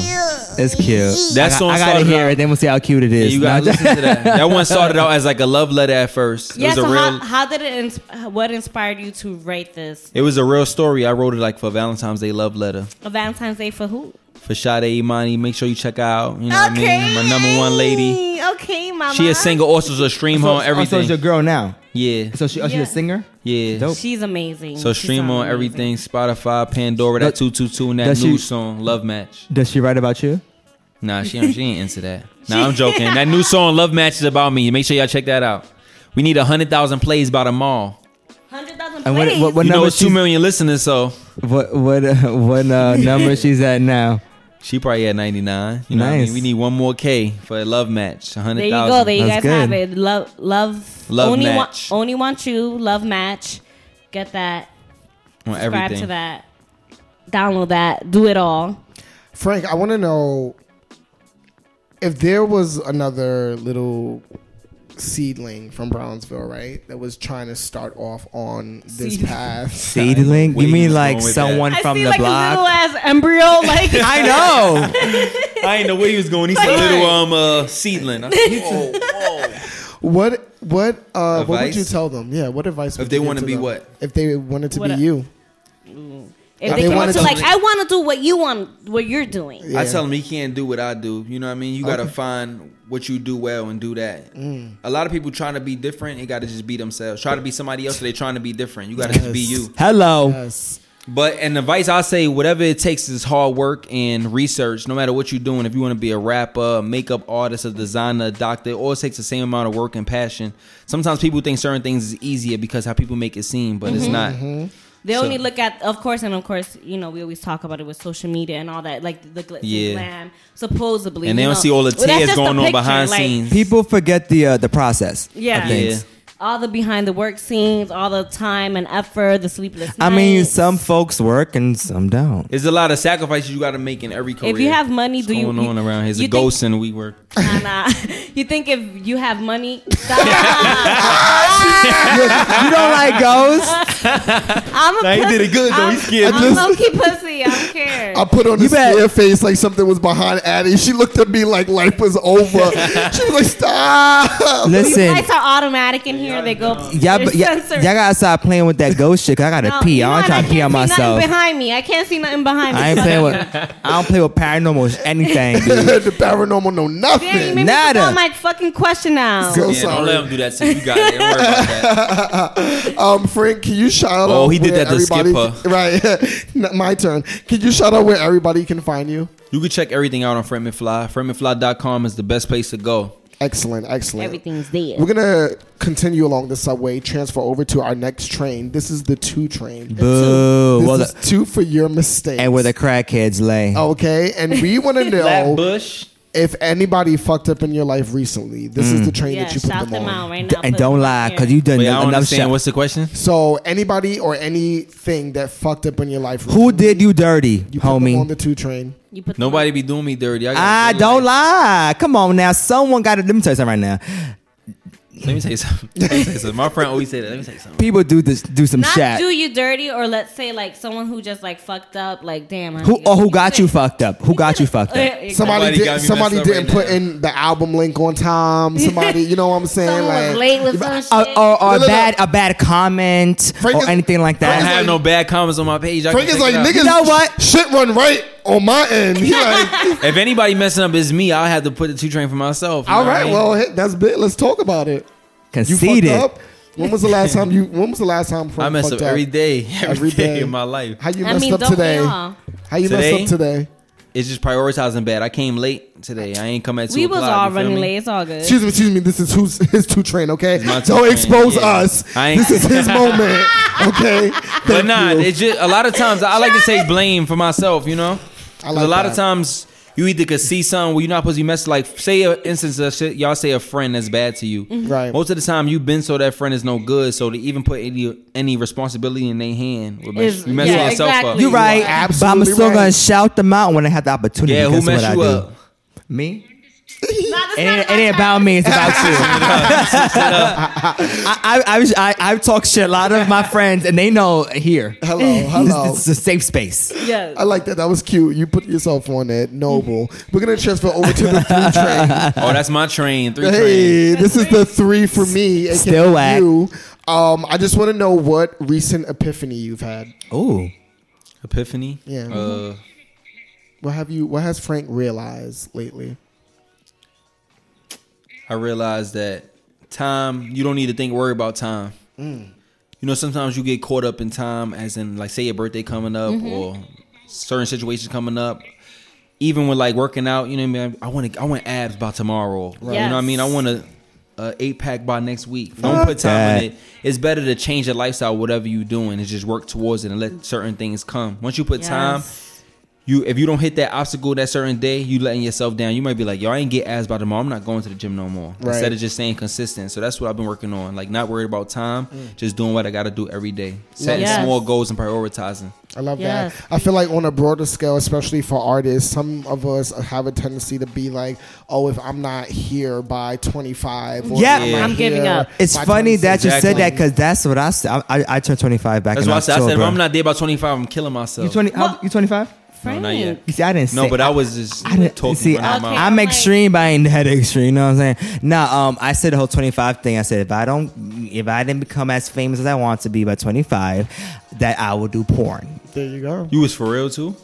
Speaker 4: It's cute.
Speaker 5: That
Speaker 4: I got-
Speaker 5: song
Speaker 4: I gotta
Speaker 5: started
Speaker 4: hear
Speaker 5: out-
Speaker 4: it. Then we'll see how cute it
Speaker 5: Yeah,
Speaker 4: is.
Speaker 5: you gotta
Speaker 4: No,
Speaker 5: listen to that. That one started out as like a love letter at first. It
Speaker 3: Yeah.
Speaker 5: was a
Speaker 3: So
Speaker 5: real.
Speaker 3: how, how did it? Ins- what inspired you to write this?
Speaker 5: It was a real story. I wrote it like for Valentine's Day love letter.
Speaker 3: A Valentine's Day for who?
Speaker 5: for Sade Imani. Make sure you check her out. You know what I mean? My number one lady.
Speaker 3: Okay, mama.
Speaker 5: She a single, also is a stream
Speaker 4: so,
Speaker 5: on
Speaker 4: Oh, so it's your
Speaker 5: everything.
Speaker 4: girl now.
Speaker 5: Yeah,
Speaker 4: So she, oh, she's
Speaker 3: Yeah.
Speaker 4: a singer.
Speaker 5: yeah.
Speaker 4: Dope.
Speaker 3: She's amazing.
Speaker 5: So
Speaker 3: She's
Speaker 5: stream on
Speaker 3: amazing.
Speaker 5: everything. Spotify, Pandora, that
Speaker 4: Does-
Speaker 5: two two two, and that
Speaker 4: does
Speaker 5: new
Speaker 4: she-
Speaker 5: song, Love Match.
Speaker 4: Does she write about you?
Speaker 5: Nah, she ain't- she ain't into that. Nah, I'm joking. That new song, Love Match, is about me. Make sure y'all check that out. We need hundred thousand plays by tomorrow.
Speaker 3: Hundred thousand
Speaker 4: And what-
Speaker 3: plays.
Speaker 4: what- what-
Speaker 5: You know
Speaker 4: number
Speaker 5: it's two
Speaker 4: she's-
Speaker 5: million listeners, so
Speaker 4: What what uh, what uh, number she's at now?
Speaker 5: she probably at ninety nine. You know what I
Speaker 4: Nice.
Speaker 5: mean? We need one more K for a Love Match.
Speaker 3: there
Speaker 5: Hundred
Speaker 3: you go. There
Speaker 5: thousand.
Speaker 3: you guys
Speaker 4: That's
Speaker 3: have
Speaker 4: good.
Speaker 3: it. Love, love,
Speaker 5: Love
Speaker 3: only
Speaker 5: match.
Speaker 3: Want, only want you. Love match. Get that.
Speaker 5: On
Speaker 3: Subscribe
Speaker 5: everything.
Speaker 3: to that. Download that. Do it all.
Speaker 6: Frank, I want to know if there was another little seedling from Brownsville, right? That was trying to start off on this path.
Speaker 4: Seedling?
Speaker 5: Where
Speaker 4: You
Speaker 5: you
Speaker 4: mean
Speaker 5: was
Speaker 4: like
Speaker 5: going with
Speaker 4: someone
Speaker 3: I
Speaker 4: from
Speaker 3: see
Speaker 4: the
Speaker 3: like a little
Speaker 4: block?
Speaker 3: ass embryo. Like
Speaker 4: I know.
Speaker 5: I ain't know where he was going. He said little um uh, seedling. I said, whoa, whoa.
Speaker 6: What what uh what would
Speaker 5: Advice?
Speaker 6: you tell them? Yeah, what advice would
Speaker 5: they
Speaker 6: you give
Speaker 5: wanna be
Speaker 6: them?
Speaker 5: what?
Speaker 6: If they wanted to
Speaker 3: What
Speaker 6: be
Speaker 3: a-
Speaker 6: you.
Speaker 3: if
Speaker 6: they
Speaker 3: they come
Speaker 6: wanted
Speaker 3: up to
Speaker 6: to-
Speaker 3: like, I want to do what you want, what you're doing.
Speaker 5: I tell him he can't do what I do. You know what I mean? You got to find what you do well and do that. A lot of people trying to be different, they got to just be themselves. Try to be somebody else, they trying to be different. You got to just be
Speaker 6: Yes.
Speaker 5: you.
Speaker 4: Hello.
Speaker 6: Yes.
Speaker 5: But and the advice I say, whatever it takes is hard work and research. No matter what you're doing, if you want to be a rapper, a makeup artist, a designer, a doctor, it always takes the same amount of work and passion. Sometimes people think certain things is easier because how people make it seem, but
Speaker 3: Mm-hmm.
Speaker 5: it's not.
Speaker 3: They
Speaker 5: So-
Speaker 3: only look at, of course, and of course, you know, we always talk about it with social media and all that, like the glitz
Speaker 5: Yeah.
Speaker 3: and glam, supposedly.
Speaker 5: And they
Speaker 3: you
Speaker 5: don't
Speaker 3: know.
Speaker 5: see all the
Speaker 3: Well, that's
Speaker 5: tears
Speaker 3: just a
Speaker 5: going on
Speaker 3: picture,
Speaker 5: behind
Speaker 3: like,
Speaker 5: scenes.
Speaker 4: People forget the uh, the process. of
Speaker 3: Yeah.
Speaker 4: things.
Speaker 5: Yeah.
Speaker 3: All the behind the work scenes, all the time and effort, the sleepless
Speaker 4: I mean,
Speaker 3: nights.
Speaker 4: some folks work and some don't.
Speaker 5: There's a lot of sacrifices you got to make in every career.
Speaker 3: If you have money,
Speaker 5: What's
Speaker 3: do you-
Speaker 5: going
Speaker 3: you-
Speaker 5: on around here? It's
Speaker 3: you
Speaker 5: a
Speaker 3: think-
Speaker 5: ghost and we work.
Speaker 3: Nah, nah. You think if you have money, Stop.
Speaker 4: you don't like ghosts?
Speaker 3: I'm a
Speaker 5: Nah, he
Speaker 3: pussy.
Speaker 5: did it good, though.
Speaker 3: I'm,
Speaker 5: He scared
Speaker 3: I'm
Speaker 6: this.
Speaker 3: low key pussy. I don't care.
Speaker 6: I put on a
Speaker 4: You bet.
Speaker 6: scare face like something was behind Addie. She looked at me like life was over. she was like, Stop.
Speaker 3: These
Speaker 4: Listen,
Speaker 3: lights are automatic in here. They go.
Speaker 4: y'all,
Speaker 3: they're
Speaker 4: but y'all,
Speaker 3: censored.
Speaker 4: y'all got to stop playing with that ghost shit. 'cause I gotta
Speaker 3: No,
Speaker 4: pee.
Speaker 3: you
Speaker 4: I
Speaker 3: know
Speaker 4: don't
Speaker 3: what?
Speaker 4: try to pee on
Speaker 3: can't see nothing
Speaker 4: myself.
Speaker 3: behind me. I can't see nothing behind me.
Speaker 4: I ain't
Speaker 3: Fuck
Speaker 4: playing with.
Speaker 3: you.
Speaker 4: I don't play with paranormal sh- anything, dude.
Speaker 6: the paranormal know
Speaker 3: Damn, you
Speaker 6: nothing.
Speaker 3: made me
Speaker 4: Nada.
Speaker 3: forget my fucking question now.
Speaker 6: So
Speaker 5: yeah, don't
Speaker 6: sorry.
Speaker 5: let him do that. To you. you got it. Don't worry about that.
Speaker 6: Um, Frank, can you shout out?
Speaker 5: Oh, he did
Speaker 6: where
Speaker 5: that to
Speaker 6: everybody-
Speaker 5: Skipper.
Speaker 6: Right, Not my turn. Can you shout out where everybody can find you?
Speaker 5: You can check everything out on Frame and Fly. FrameandFly.com is the best place to go.
Speaker 6: Excellent, excellent.
Speaker 3: Everything's there.
Speaker 6: We're gonna continue along the subway, transfer over to our next train. This is the two train.
Speaker 4: Boo.
Speaker 6: this
Speaker 4: Well,
Speaker 6: is
Speaker 4: the-
Speaker 6: two for your mistakes.
Speaker 4: and where the crackheads lay.
Speaker 3: Oh.
Speaker 6: okay, and we want to
Speaker 5: Oh.
Speaker 6: know
Speaker 5: Bush.
Speaker 6: if anybody fucked up in your life recently. This
Speaker 4: Mm.
Speaker 6: is the train
Speaker 3: yeah,
Speaker 6: that you put
Speaker 3: shout
Speaker 6: them,
Speaker 3: them
Speaker 6: on.
Speaker 3: out right
Speaker 4: D-
Speaker 3: now.
Speaker 4: and
Speaker 3: Put
Speaker 4: don't
Speaker 3: them
Speaker 4: lie,
Speaker 3: here.
Speaker 4: cause you done
Speaker 5: Wait, I don't
Speaker 4: enough shit.
Speaker 5: understand. What's the question?
Speaker 6: So anybody or anything that fucked up in your life,
Speaker 4: Who
Speaker 6: recently,
Speaker 4: did you dirty,
Speaker 6: you put them on
Speaker 4: homie?
Speaker 6: the two train?
Speaker 3: You put them
Speaker 5: Nobody be doing me dirty. I, got
Speaker 4: Ah,
Speaker 5: good
Speaker 4: don't
Speaker 5: life.
Speaker 4: lie. Come on now. Someone got to. Let me tell you something right now.
Speaker 5: Let me tell you something. Let me tell you something. My friend always say that. Let me tell you something.
Speaker 4: People do this, do some
Speaker 3: Not
Speaker 4: shit.
Speaker 3: do you dirty, or let's say like someone who just like fucked up. Like damn. I
Speaker 4: Who?
Speaker 3: didn't-
Speaker 4: Oh, who got
Speaker 3: say-
Speaker 4: you fucked up? Who got you fucked
Speaker 3: Uh,
Speaker 4: up?
Speaker 3: exactly.
Speaker 6: Somebody,
Speaker 5: Somebody got
Speaker 6: did,
Speaker 5: me
Speaker 6: somebody
Speaker 5: messed up
Speaker 6: didn't
Speaker 5: right
Speaker 6: put
Speaker 5: now.
Speaker 6: in the album link on time. Somebody, you know what I'm saying?
Speaker 3: Someone
Speaker 6: like,
Speaker 3: was late with some shit.
Speaker 4: Or, or, or
Speaker 6: No, no, no.
Speaker 4: a bad a bad comment
Speaker 6: Frank
Speaker 4: or
Speaker 6: is-
Speaker 4: anything like
Speaker 5: I
Speaker 4: that.
Speaker 5: don't
Speaker 6: Frank is like-
Speaker 5: have no bad comments on my page. I
Speaker 6: Frank
Speaker 5: can
Speaker 6: is like,
Speaker 5: check it out.
Speaker 6: niggas,
Speaker 4: You know what?
Speaker 6: Shit run right on my end. He like,
Speaker 5: If anybody messing up is me, I'll have to put the two train for myself. you
Speaker 6: all
Speaker 5: know what I
Speaker 6: right,
Speaker 5: mean?
Speaker 6: well, hey, that's big. Let's talk about it. You
Speaker 4: Conceited.
Speaker 6: fucked up. When was the last time you? When was the last time Frank
Speaker 5: I mess
Speaker 6: fucked
Speaker 5: up every day, every day in my life.
Speaker 6: How you
Speaker 3: I
Speaker 6: messed
Speaker 3: mean,
Speaker 6: up
Speaker 3: don't we
Speaker 6: today?
Speaker 3: all?
Speaker 6: How you
Speaker 5: Today?
Speaker 6: messed up today?
Speaker 5: It's just prioritizing bad. I came late today. I ain't come at two
Speaker 3: We was
Speaker 5: o'clock,
Speaker 3: all
Speaker 5: you feel
Speaker 3: running
Speaker 5: me?
Speaker 3: late. It's all good.
Speaker 6: Excuse me, excuse me. This is who's his two train. Okay,
Speaker 5: my
Speaker 6: don't
Speaker 5: two train,
Speaker 6: expose
Speaker 5: yeah.
Speaker 6: us.
Speaker 5: I ain't-
Speaker 6: This is his moment. Okay,
Speaker 5: But
Speaker 6: Thank
Speaker 5: nah,
Speaker 6: you.
Speaker 5: it's just a lot of times I like to take blame for myself. You know,
Speaker 6: I
Speaker 5: 'Cause
Speaker 6: like
Speaker 5: a lot
Speaker 6: that.
Speaker 5: of times you either could see something where you're not supposed to be messing. Like say, an instance of shit, y'all say a friend that's bad to you.
Speaker 6: Right.
Speaker 5: Most of the time you've been so that friend is no good. So to even put any any responsibility in their hand would mess,
Speaker 3: Is-
Speaker 5: you messing
Speaker 3: yeah,
Speaker 5: yourself
Speaker 3: exactly.
Speaker 4: You
Speaker 5: up.
Speaker 6: You are
Speaker 4: right. But I'm
Speaker 6: absolutely
Speaker 4: still gonna
Speaker 6: right.
Speaker 4: shout them out when I have the opportunity.
Speaker 5: Yeah, who
Speaker 4: That's what
Speaker 5: messed
Speaker 4: I
Speaker 5: you
Speaker 4: do.
Speaker 5: up?
Speaker 4: Me?
Speaker 3: Nah, that's
Speaker 4: It
Speaker 3: not
Speaker 4: ain't, it
Speaker 3: my
Speaker 4: ain't
Speaker 3: time.
Speaker 4: about me. It's about you. I, I, I've- I, I've talked shit. A lot of my friends, and they know here.
Speaker 6: hello, hello.
Speaker 4: This, this is a safe space.
Speaker 3: Yes.
Speaker 6: I like that. That was cute. You put yourself on that. Noble. We're gonna transfer over to the three train.
Speaker 5: Oh, that's my train. Three train.
Speaker 6: Hey, this is the three for me. aka
Speaker 4: Still whack.
Speaker 6: you. Um, I just want to know what recent epiphany you've had.
Speaker 4: Ooh.
Speaker 5: Epiphany.
Speaker 6: Yeah.
Speaker 5: Uh,
Speaker 6: What have you? What has Frank realized lately?
Speaker 5: I realized that time you don't need to think worry about time.
Speaker 4: Mm.
Speaker 5: You know, sometimes you get caught up in time, as in like say your birthday coming up or certain situations coming up. Even with like working out, you know what I mean. I want to, I want abs by tomorrow. You know what I mean. I
Speaker 3: Yes.
Speaker 5: want a, a eight pack by next week. Don't
Speaker 4: Fuck
Speaker 5: put time
Speaker 4: that.
Speaker 5: in it. It's better to change your lifestyle, whatever you're doing, and just work towards it and let certain things come. Once you put time, you if you don't hit that obstacle that certain day, you letting yourself down. You might be like, yo, I ain't get ass by tomorrow. I'm not going to the gym no more. Instead of just staying consistent. So that's what I've been working on. Like not worried about time, just doing what I got to do every day. Setting
Speaker 3: Yes.
Speaker 5: small goals and prioritizing.
Speaker 6: I love
Speaker 3: Yes.
Speaker 6: that. I feel like on a broader scale, especially for artists, some of us have a tendency to be like, "Oh, if I'm not here by 25, or
Speaker 4: Yeah.
Speaker 6: if not
Speaker 3: I'm giving
Speaker 6: here
Speaker 3: up.
Speaker 4: It's
Speaker 6: by
Speaker 4: funny that
Speaker 6: 26."
Speaker 4: you said
Speaker 5: Exactly.
Speaker 4: that because that's what I said. I, I, I turned 25 back
Speaker 5: That's
Speaker 4: in
Speaker 5: why I said,
Speaker 4: October.
Speaker 5: I said if I'm not there by 25, I'm killing myself.
Speaker 4: You 20? How,
Speaker 3: Well-
Speaker 4: you 25?
Speaker 3: Frank.
Speaker 5: not yet.
Speaker 4: You see, I didn't.
Speaker 5: No,
Speaker 4: say,
Speaker 5: but I was just
Speaker 4: I didn't
Speaker 5: talking.
Speaker 4: see.
Speaker 5: running my
Speaker 3: Okay.
Speaker 5: mouth.
Speaker 4: I, am
Speaker 3: like-
Speaker 4: extreme, but I ain't that extreme. You know what I'm saying? Nah, um, I said the whole 25 thing. I said if I don't, if I didn't become as famous as I want to be by 25, that I will do porn.
Speaker 6: There you go.
Speaker 5: You was for real too.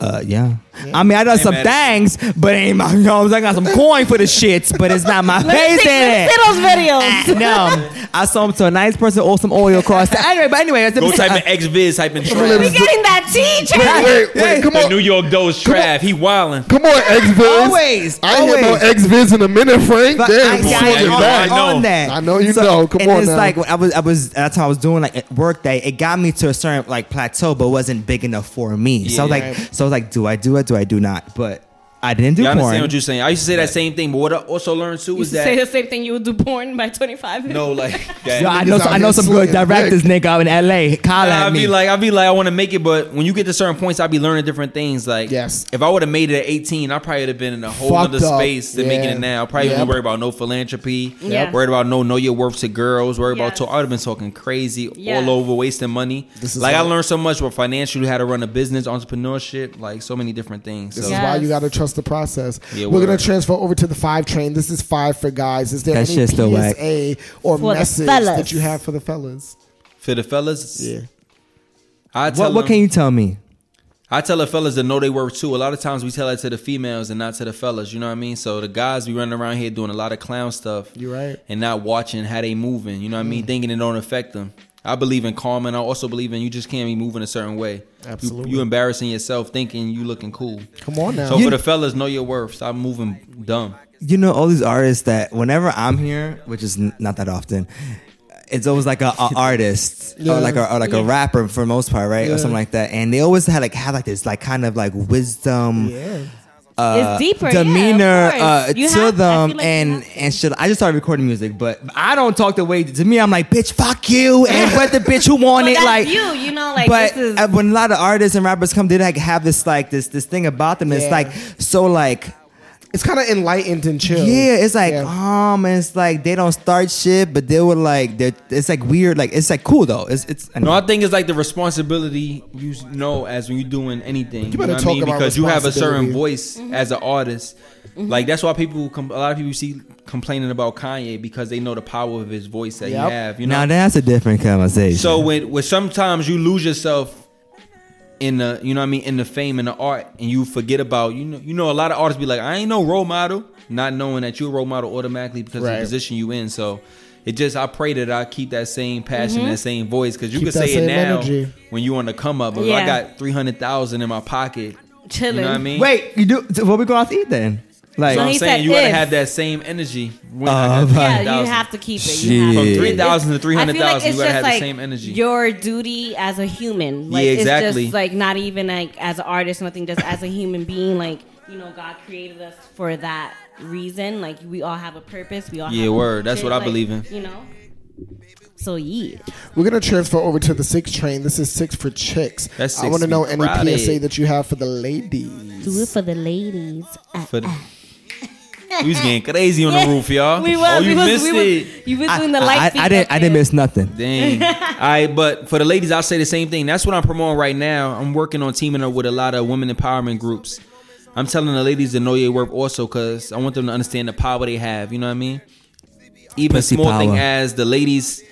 Speaker 4: Uh, yeah. I mean, I done some
Speaker 5: mad at
Speaker 4: things, but ain't my. You know, what I'm saying? I got some coin for the shits, but it's not my face in it.
Speaker 3: See those videos.
Speaker 4: no, I saw him to a nice person or some oil across. The, anyway, but anyway,
Speaker 5: Go type in XViz, type in
Speaker 3: We
Speaker 5: Trav.
Speaker 3: getting that tea,
Speaker 6: Wait,
Speaker 3: Trav.
Speaker 6: wait, wait, come
Speaker 5: The
Speaker 6: on,
Speaker 5: New York Dose Trav. He wildin'.
Speaker 6: come on, X-Viz.
Speaker 4: Always,
Speaker 6: I ain't hear no
Speaker 4: always.
Speaker 6: X-Viz in a minute, Frank.
Speaker 4: But
Speaker 6: Damn,
Speaker 4: I,
Speaker 6: you
Speaker 4: yeah,
Speaker 5: I
Speaker 6: swinging
Speaker 5: know,
Speaker 6: back.
Speaker 5: I know.
Speaker 4: on that.
Speaker 6: I know you know. Come
Speaker 4: and
Speaker 6: on
Speaker 4: it's
Speaker 6: now.
Speaker 4: like I was, I was. That's how I was doing like at work day. It got me to a certain like plateau, but wasn't big enough for me. So I was like,
Speaker 6: Yeah.
Speaker 4: so I was like, do I do it? Do I do not? But I didn't do
Speaker 5: You understand
Speaker 4: porn.
Speaker 5: what you're saying? I used to say that same thing, but what I also learned too was
Speaker 3: Say
Speaker 5: that
Speaker 3: the same thing you would do porn by 25.
Speaker 5: no, like that.
Speaker 4: Yo, I know,
Speaker 6: Niggas out
Speaker 4: I know
Speaker 6: here
Speaker 4: some good
Speaker 6: slinging
Speaker 4: directors, nigga, out in L.A. Call
Speaker 5: Nah,
Speaker 4: at
Speaker 5: I'd
Speaker 4: me.
Speaker 5: be like, I'd be like, I want to make it, but when you get to certain points, I'd be learning different things. Like,
Speaker 6: Yes.
Speaker 5: if I would have made it at 18, I probably would have been in a whole
Speaker 6: Fucked
Speaker 5: other
Speaker 6: up.
Speaker 5: space than making
Speaker 6: Yeah.
Speaker 5: it now. I probably
Speaker 6: Yep.
Speaker 5: wouldn't worry about no philanthropy,
Speaker 3: Yeah.
Speaker 5: worried about no know your worth to girls, worried
Speaker 3: Yes.
Speaker 5: about talk. I would have been talking crazy
Speaker 3: Yes.
Speaker 5: all over, wasting money.
Speaker 6: This is
Speaker 5: Like, I
Speaker 6: why-
Speaker 5: learned so much about financially how to run a business, entrepreneurship, like so many different things. So,
Speaker 6: This is why
Speaker 3: Yes.
Speaker 6: you got to trust the process.
Speaker 5: Yeah,
Speaker 6: We're going
Speaker 5: word.
Speaker 6: to transfer over to the five train. This is five for guys. Is there
Speaker 4: That
Speaker 6: any
Speaker 4: shit's still whack.
Speaker 6: PSA or
Speaker 3: For the
Speaker 6: message
Speaker 3: fellas.
Speaker 6: that you have for the fellas?
Speaker 5: for the fellas,
Speaker 6: Yeah.
Speaker 5: I tell
Speaker 4: what, what
Speaker 5: them-
Speaker 4: can you tell me?
Speaker 5: I tell the fellas to know they worth too. A lot of times we tell that to the females and not to the fellas. You know what I mean? So the guys be running around here doing a lot of clown stuff.
Speaker 6: You right. Mm.
Speaker 5: And not watching how they moving. You know what I mean? Thinking it don't affect them. I believe in calm, and I also believe in you just can't be moving a certain way. You-
Speaker 6: Absolutely.
Speaker 5: You, embarrassing yourself, thinking you looking cool.
Speaker 6: Come on now.
Speaker 5: So
Speaker 4: You-
Speaker 5: for the fellas, know your worth. Stop moving dumb.
Speaker 4: you know all these artists that whenever I'm here, which is n- not that often, it's always like a, a artist
Speaker 6: Yeah.
Speaker 4: or like a or like a rapper for the most part, right, or something like that. And they always had like have like this like kind of like wisdom
Speaker 6: yeah.
Speaker 4: uh,
Speaker 3: It's deeper, yeah, of
Speaker 4: demeanor
Speaker 3: course.
Speaker 4: uh,
Speaker 3: You
Speaker 4: to
Speaker 3: have- I
Speaker 4: them
Speaker 3: feel like you
Speaker 4: and
Speaker 3: have to.
Speaker 4: and shit. I just started recording music, but I don't talk the way to me. I'm like, bitch, fuck you, and what the bitch who want
Speaker 3: But
Speaker 4: it
Speaker 3: that's
Speaker 4: like
Speaker 3: you, you know, like
Speaker 4: but
Speaker 3: this is.
Speaker 4: uh, when a lot of artists and rappers come, they like have this like this this thing about them. It's
Speaker 6: Yeah.
Speaker 4: like so like
Speaker 6: It's kind of enlightened and chill.
Speaker 4: yeah, it's like
Speaker 6: Yeah.
Speaker 4: um, and it's like they don't start shit, but they were like, they're, it's like weird, like it's like cool though. It's it's
Speaker 5: No, I think it's like the responsibility you know as when you're doing anything. You,
Speaker 6: better
Speaker 5: know what
Speaker 6: talk
Speaker 5: I mean?
Speaker 6: about
Speaker 5: Because you have a certain
Speaker 6: responsibility.
Speaker 5: voice as an artist. Like that's why people, com- a lot of people you see complaining about Kanye because they know the power of his voice that
Speaker 6: Yep.
Speaker 5: you have. You know.
Speaker 4: now that's a different conversation.
Speaker 5: so when, when sometimes you lose yourself in the, you know what I mean, in the fame and the art, and you forget about, you know, you know, a lot of artists be like, I ain't no role model, not knowing that you're a role model automatically because of
Speaker 6: Right.
Speaker 5: the position you in. So. It just I pray that I keep that same passion,
Speaker 3: Mm-hmm.
Speaker 5: that same voice, because you
Speaker 6: Keep
Speaker 5: can
Speaker 6: that
Speaker 5: say
Speaker 6: same
Speaker 5: it now
Speaker 6: energy.
Speaker 5: when you on the come up. But if
Speaker 3: Yeah.
Speaker 5: I got three hundred thousand in my pocket.
Speaker 3: Chilling.
Speaker 5: You know what I mean?
Speaker 4: wait, you do so what we going out to eat then? Like
Speaker 5: so I'm
Speaker 3: he
Speaker 5: saying
Speaker 3: said
Speaker 5: you gotta
Speaker 3: if.
Speaker 5: have that same energy.
Speaker 6: Uh,
Speaker 5: When
Speaker 4: Oh,
Speaker 5: I got
Speaker 3: yeah,
Speaker 4: right.
Speaker 5: 300,000.
Speaker 3: you have to keep it. You have
Speaker 4: Shit.
Speaker 5: from
Speaker 3: to.
Speaker 5: three thousand to three
Speaker 3: I
Speaker 5: hundred
Speaker 3: feel like
Speaker 5: thousand.
Speaker 3: it's
Speaker 5: you gotta
Speaker 3: just
Speaker 5: have
Speaker 3: like
Speaker 5: the same energy.
Speaker 3: your duty as a human. Like
Speaker 5: Yeah,
Speaker 3: It's
Speaker 5: exactly.
Speaker 3: just like not even like as an artist, nothing. Just as a human being, like you know, God created us for that reason. Like we all have a purpose. We all
Speaker 5: Yeah,
Speaker 3: have
Speaker 5: word. That's
Speaker 3: shit,
Speaker 5: what I
Speaker 3: like,
Speaker 5: believe in.
Speaker 3: You know. So yeah,
Speaker 4: oh.
Speaker 6: We're gonna transfer over to the six train. This is six for chicks.
Speaker 5: That's
Speaker 6: I
Speaker 5: six
Speaker 6: want to
Speaker 5: for
Speaker 6: know any
Speaker 5: Friday.
Speaker 6: PSA that you have for the ladies.
Speaker 3: do it for the ladies. Uh,
Speaker 5: For the- we was getting crazy on the roof, y'all.
Speaker 3: We were.
Speaker 5: Oh,
Speaker 3: we
Speaker 5: you
Speaker 3: was,
Speaker 5: missed
Speaker 3: we
Speaker 5: it.
Speaker 3: Was, you was
Speaker 4: I,
Speaker 3: doing the
Speaker 4: I-
Speaker 3: light.
Speaker 4: I,
Speaker 3: feed
Speaker 4: I didn't
Speaker 3: up
Speaker 4: I didn't
Speaker 3: there.
Speaker 4: miss nothing.
Speaker 5: Dang. All right, but for the ladies, I'll say the same thing. That's what I'm promoting right now. I'm working on teaming up with a lot of women empowerment groups. I'm telling the ladies to know your worth also because I want them to understand the power they have. You know what I mean? Even
Speaker 4: Pussy
Speaker 5: small thing
Speaker 4: power.
Speaker 5: as the ladies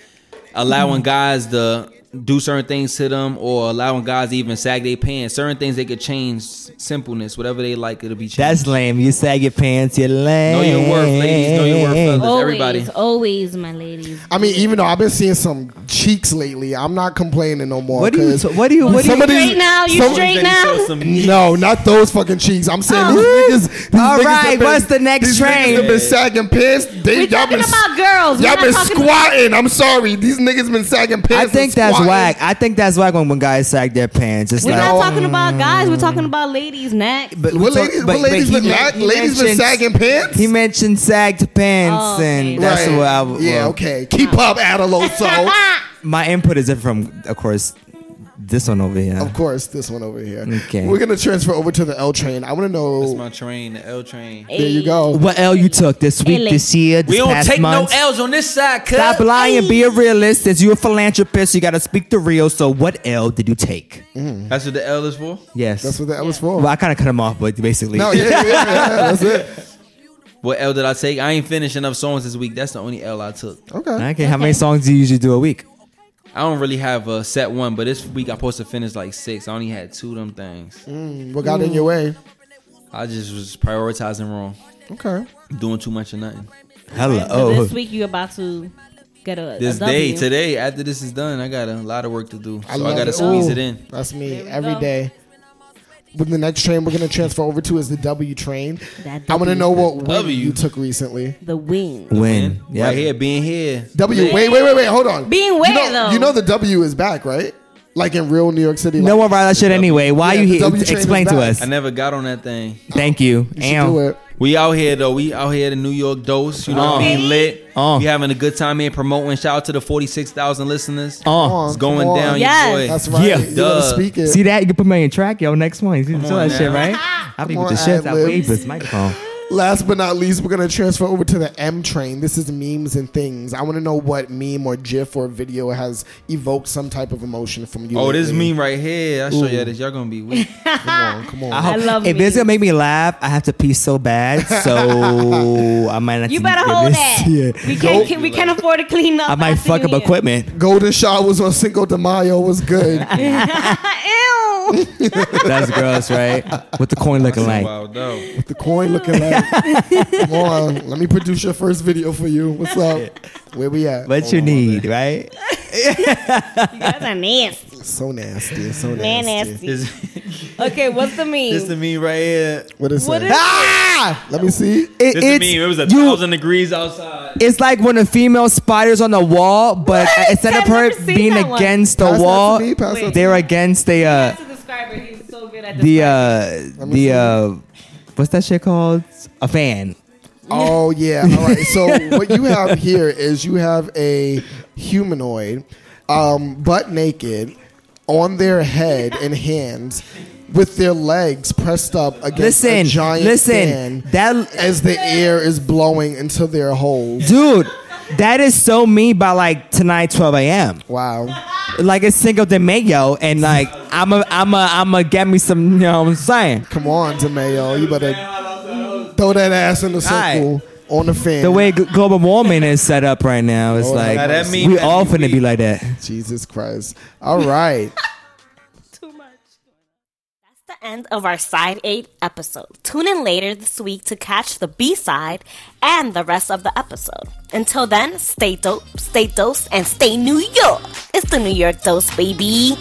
Speaker 5: allowing guys to do certain things to them or allowing guys to even sag their pants. Certain things they could change. Simpleness, whatever they like, it'll be changed.
Speaker 4: That's lame. You sag your pants, you're lame.
Speaker 5: Know your worth, ladies. Know your worth, fellas.
Speaker 3: Always,
Speaker 5: Everybody.
Speaker 3: always, my ladies.
Speaker 6: I mean, even though I've been seeing some cheeks lately, I'm not complaining no more.
Speaker 4: What do you
Speaker 6: 'cause
Speaker 4: what do you what do you
Speaker 6: Somebody-
Speaker 3: Straight now, you
Speaker 6: some-
Speaker 3: straight now.
Speaker 6: No, not those fucking cheeks. I'm saying
Speaker 4: Oh.
Speaker 6: these niggas. These
Speaker 4: All
Speaker 6: niggas
Speaker 4: right,
Speaker 6: that been-
Speaker 4: what's the next
Speaker 6: these
Speaker 4: train?
Speaker 6: Niggas have been sagging pants. They,
Speaker 3: We're
Speaker 6: y'all
Speaker 3: talking
Speaker 6: been,
Speaker 3: about girls. We're
Speaker 6: y'all
Speaker 3: not
Speaker 6: been
Speaker 3: talking
Speaker 6: squatting. I'm sorry, these niggas been sagging pants.
Speaker 4: I
Speaker 6: and
Speaker 4: think that's
Speaker 6: I-
Speaker 4: whack. I think that's whack when, when guys sag their pants. It's
Speaker 3: We're
Speaker 4: like,
Speaker 3: not talking about guys. We're talking about ladies next.
Speaker 4: um, but we
Speaker 6: What
Speaker 4: talk-
Speaker 6: ladies?
Speaker 4: but-
Speaker 6: What
Speaker 4: but
Speaker 6: ladies?
Speaker 4: he
Speaker 6: Been,
Speaker 4: men-
Speaker 6: la-
Speaker 4: he
Speaker 6: ladies been
Speaker 4: mentioned-
Speaker 6: sagging pants.
Speaker 4: He mentioned sagged pants,
Speaker 3: Oh, okay.
Speaker 4: and that's
Speaker 6: Right.
Speaker 4: what I. w-
Speaker 6: yeah.
Speaker 4: well,
Speaker 6: Okay. Keep up, Adeloso.
Speaker 4: My input is different from, of course, this one over here.
Speaker 6: of course, this one over here.
Speaker 4: Okay.
Speaker 6: We're gonna transfer over to the L train. I want to
Speaker 5: That's
Speaker 6: know.
Speaker 5: my train, the L train.
Speaker 6: There you go.
Speaker 4: What L you took this week,
Speaker 3: L.
Speaker 4: this year, this
Speaker 5: We don't
Speaker 4: past
Speaker 5: take
Speaker 4: month?
Speaker 5: no L's on this side, cuz.
Speaker 4: Stop lying. Be a realist. Since you're a philanthropist, you got to speak the real. So, what L did you take?
Speaker 5: That's what the L is for.
Speaker 4: Yes.
Speaker 6: Mm, That's what the L is for.
Speaker 4: well, I kind of cut him off, but basically,
Speaker 6: No, yeah, yeah, yeah, that's it.
Speaker 5: What L did I take? I ain't finished enough songs this week. That's the only L I took.
Speaker 6: Okay.
Speaker 4: Okay, how many songs do you usually do a week?
Speaker 5: I don't really have a set one, but this week I'm supposed to finish like six. I only had two of them things.
Speaker 6: What got in your way?
Speaker 5: I just was prioritizing wrong,
Speaker 6: Okay.
Speaker 5: doing too much of nothing.
Speaker 4: Hello.
Speaker 3: So this week you're about to get a, a
Speaker 5: This
Speaker 3: W.
Speaker 5: day, today, after this is done, I got a lot of work to do, so I,
Speaker 6: love
Speaker 5: gotta
Speaker 6: it.
Speaker 5: squeeze
Speaker 6: Ooh,
Speaker 5: it in.
Speaker 6: That's
Speaker 3: There
Speaker 6: me
Speaker 3: we
Speaker 6: every
Speaker 3: go.
Speaker 6: day. But the next train we're gonna transfer over to is the W train.
Speaker 3: That
Speaker 6: I want
Speaker 3: W.
Speaker 6: to know what W
Speaker 5: W.
Speaker 6: you took recently.
Speaker 3: The wing.
Speaker 4: When? Yeah.
Speaker 5: Right here, being here.
Speaker 6: W. Wait, wait, wait, wait. Hold on.
Speaker 3: Being
Speaker 6: you
Speaker 3: where,
Speaker 6: know,
Speaker 3: though?
Speaker 6: You know the W is back, right? Like in real New York City.
Speaker 4: No
Speaker 6: like,
Speaker 4: one write that shit anyway. Why
Speaker 6: Yeah,
Speaker 4: you
Speaker 6: the
Speaker 4: here?
Speaker 6: W train
Speaker 4: Explain
Speaker 6: is
Speaker 4: to
Speaker 6: back.
Speaker 4: us.
Speaker 5: I never got on that thing.
Speaker 4: Thank you.
Speaker 6: you should
Speaker 4: Ow.
Speaker 6: do it.
Speaker 5: We out here though. We out here in New York dose. You know what I mean? Lit.
Speaker 4: Uh.
Speaker 5: We having a good time here promoting. Shout out to the forty six thousand listeners.
Speaker 4: Uh.
Speaker 5: It's going
Speaker 6: Come on.
Speaker 5: down,
Speaker 3: Yes.
Speaker 5: your boy.
Speaker 6: That's right.
Speaker 4: Yeah.
Speaker 6: You gotta
Speaker 5: Duh.
Speaker 6: speak it.
Speaker 4: See that? You can put me in track, yo. Next one. You see
Speaker 5: Come on
Speaker 4: that shit,
Speaker 5: now.
Speaker 4: right? I'll be
Speaker 6: Come
Speaker 4: with the
Speaker 6: on,
Speaker 4: shit. I
Speaker 6: ad-libs.
Speaker 4: wave this microphone.
Speaker 6: Last but not least, we're gonna transfer over to the M train. This is memes and things. I want to know what meme or GIF or video has evoked some type of emotion from you.
Speaker 5: Oh, this
Speaker 6: lately.
Speaker 5: meme right here. I show y'all this. Y'all gonna be weak.
Speaker 6: Come on, come on.
Speaker 4: I, hope,
Speaker 3: love
Speaker 4: If this
Speaker 3: memes.
Speaker 4: gonna make me laugh, I have to pee so bad. So I might not.
Speaker 3: You better hold that. We can't. we can't afford to clean up.
Speaker 4: I might
Speaker 3: after
Speaker 4: fuck
Speaker 3: you
Speaker 4: up
Speaker 3: here.
Speaker 4: equipment.
Speaker 6: Golden Shaw was on Cinco de Mayo was good.
Speaker 3: Ew.
Speaker 4: That's gross, right? What the coin looking like?
Speaker 5: Wow, though.
Speaker 6: the coin looking like. Come on, let me produce your first video for you. What's up? Where we at?
Speaker 4: What you need, right?
Speaker 3: You guys are nasty.
Speaker 6: So nasty. So nasty.
Speaker 3: Man, nasty.
Speaker 5: This,
Speaker 3: Okay, what's the meme?
Speaker 5: this the meme right here.
Speaker 6: What is
Speaker 3: What
Speaker 6: it?
Speaker 3: is-
Speaker 4: Ah!
Speaker 6: Let me see.
Speaker 4: It-
Speaker 5: This
Speaker 4: it's
Speaker 5: the meme. It was a
Speaker 4: you-
Speaker 5: thousand degrees outside.
Speaker 4: It's like when a female spider's on the wall, but
Speaker 3: What?
Speaker 4: instead of
Speaker 3: I've
Speaker 4: her
Speaker 3: never seen
Speaker 4: being
Speaker 3: that one.
Speaker 4: against the
Speaker 6: Pass that to
Speaker 4: wall,
Speaker 6: me, pass that to
Speaker 4: they're against the uh,
Speaker 3: to describe it. He's so good at
Speaker 4: the
Speaker 3: describing.
Speaker 4: uh,
Speaker 6: see.
Speaker 4: the uh, what's that shit called? A fan.
Speaker 6: Oh yeah. All right. So what you have here is you have a humanoid, um, butt naked, on their head and hands, with their legs pressed up against a
Speaker 4: Listen,
Speaker 6: giant
Speaker 4: listen,
Speaker 6: fan
Speaker 4: that
Speaker 6: as the air is blowing into their holes.
Speaker 4: dude, that is so me by like tonight, twelve a.m.
Speaker 6: Wow.
Speaker 4: Like it's Cinco de Mayo, and like I'm a I'm a I'm a get me some. You know what I'm saying?
Speaker 6: Come on, DeMayo. You better throw that ass in the circle on the fan.
Speaker 4: The way gl- global warming is set up right now, it's
Speaker 6: Oh,
Speaker 4: like
Speaker 6: now
Speaker 5: that meme
Speaker 4: we
Speaker 5: had
Speaker 4: all
Speaker 5: me
Speaker 4: finna be
Speaker 5: weak.
Speaker 4: like that.
Speaker 6: Jesus Christ. All right.
Speaker 3: too much. That's the end of our Side 8 episode. Tune in later this week to catch the B side and the rest of the episode. Until then, stay dope, stay dose, and stay New York. It's the New York Dose, baby.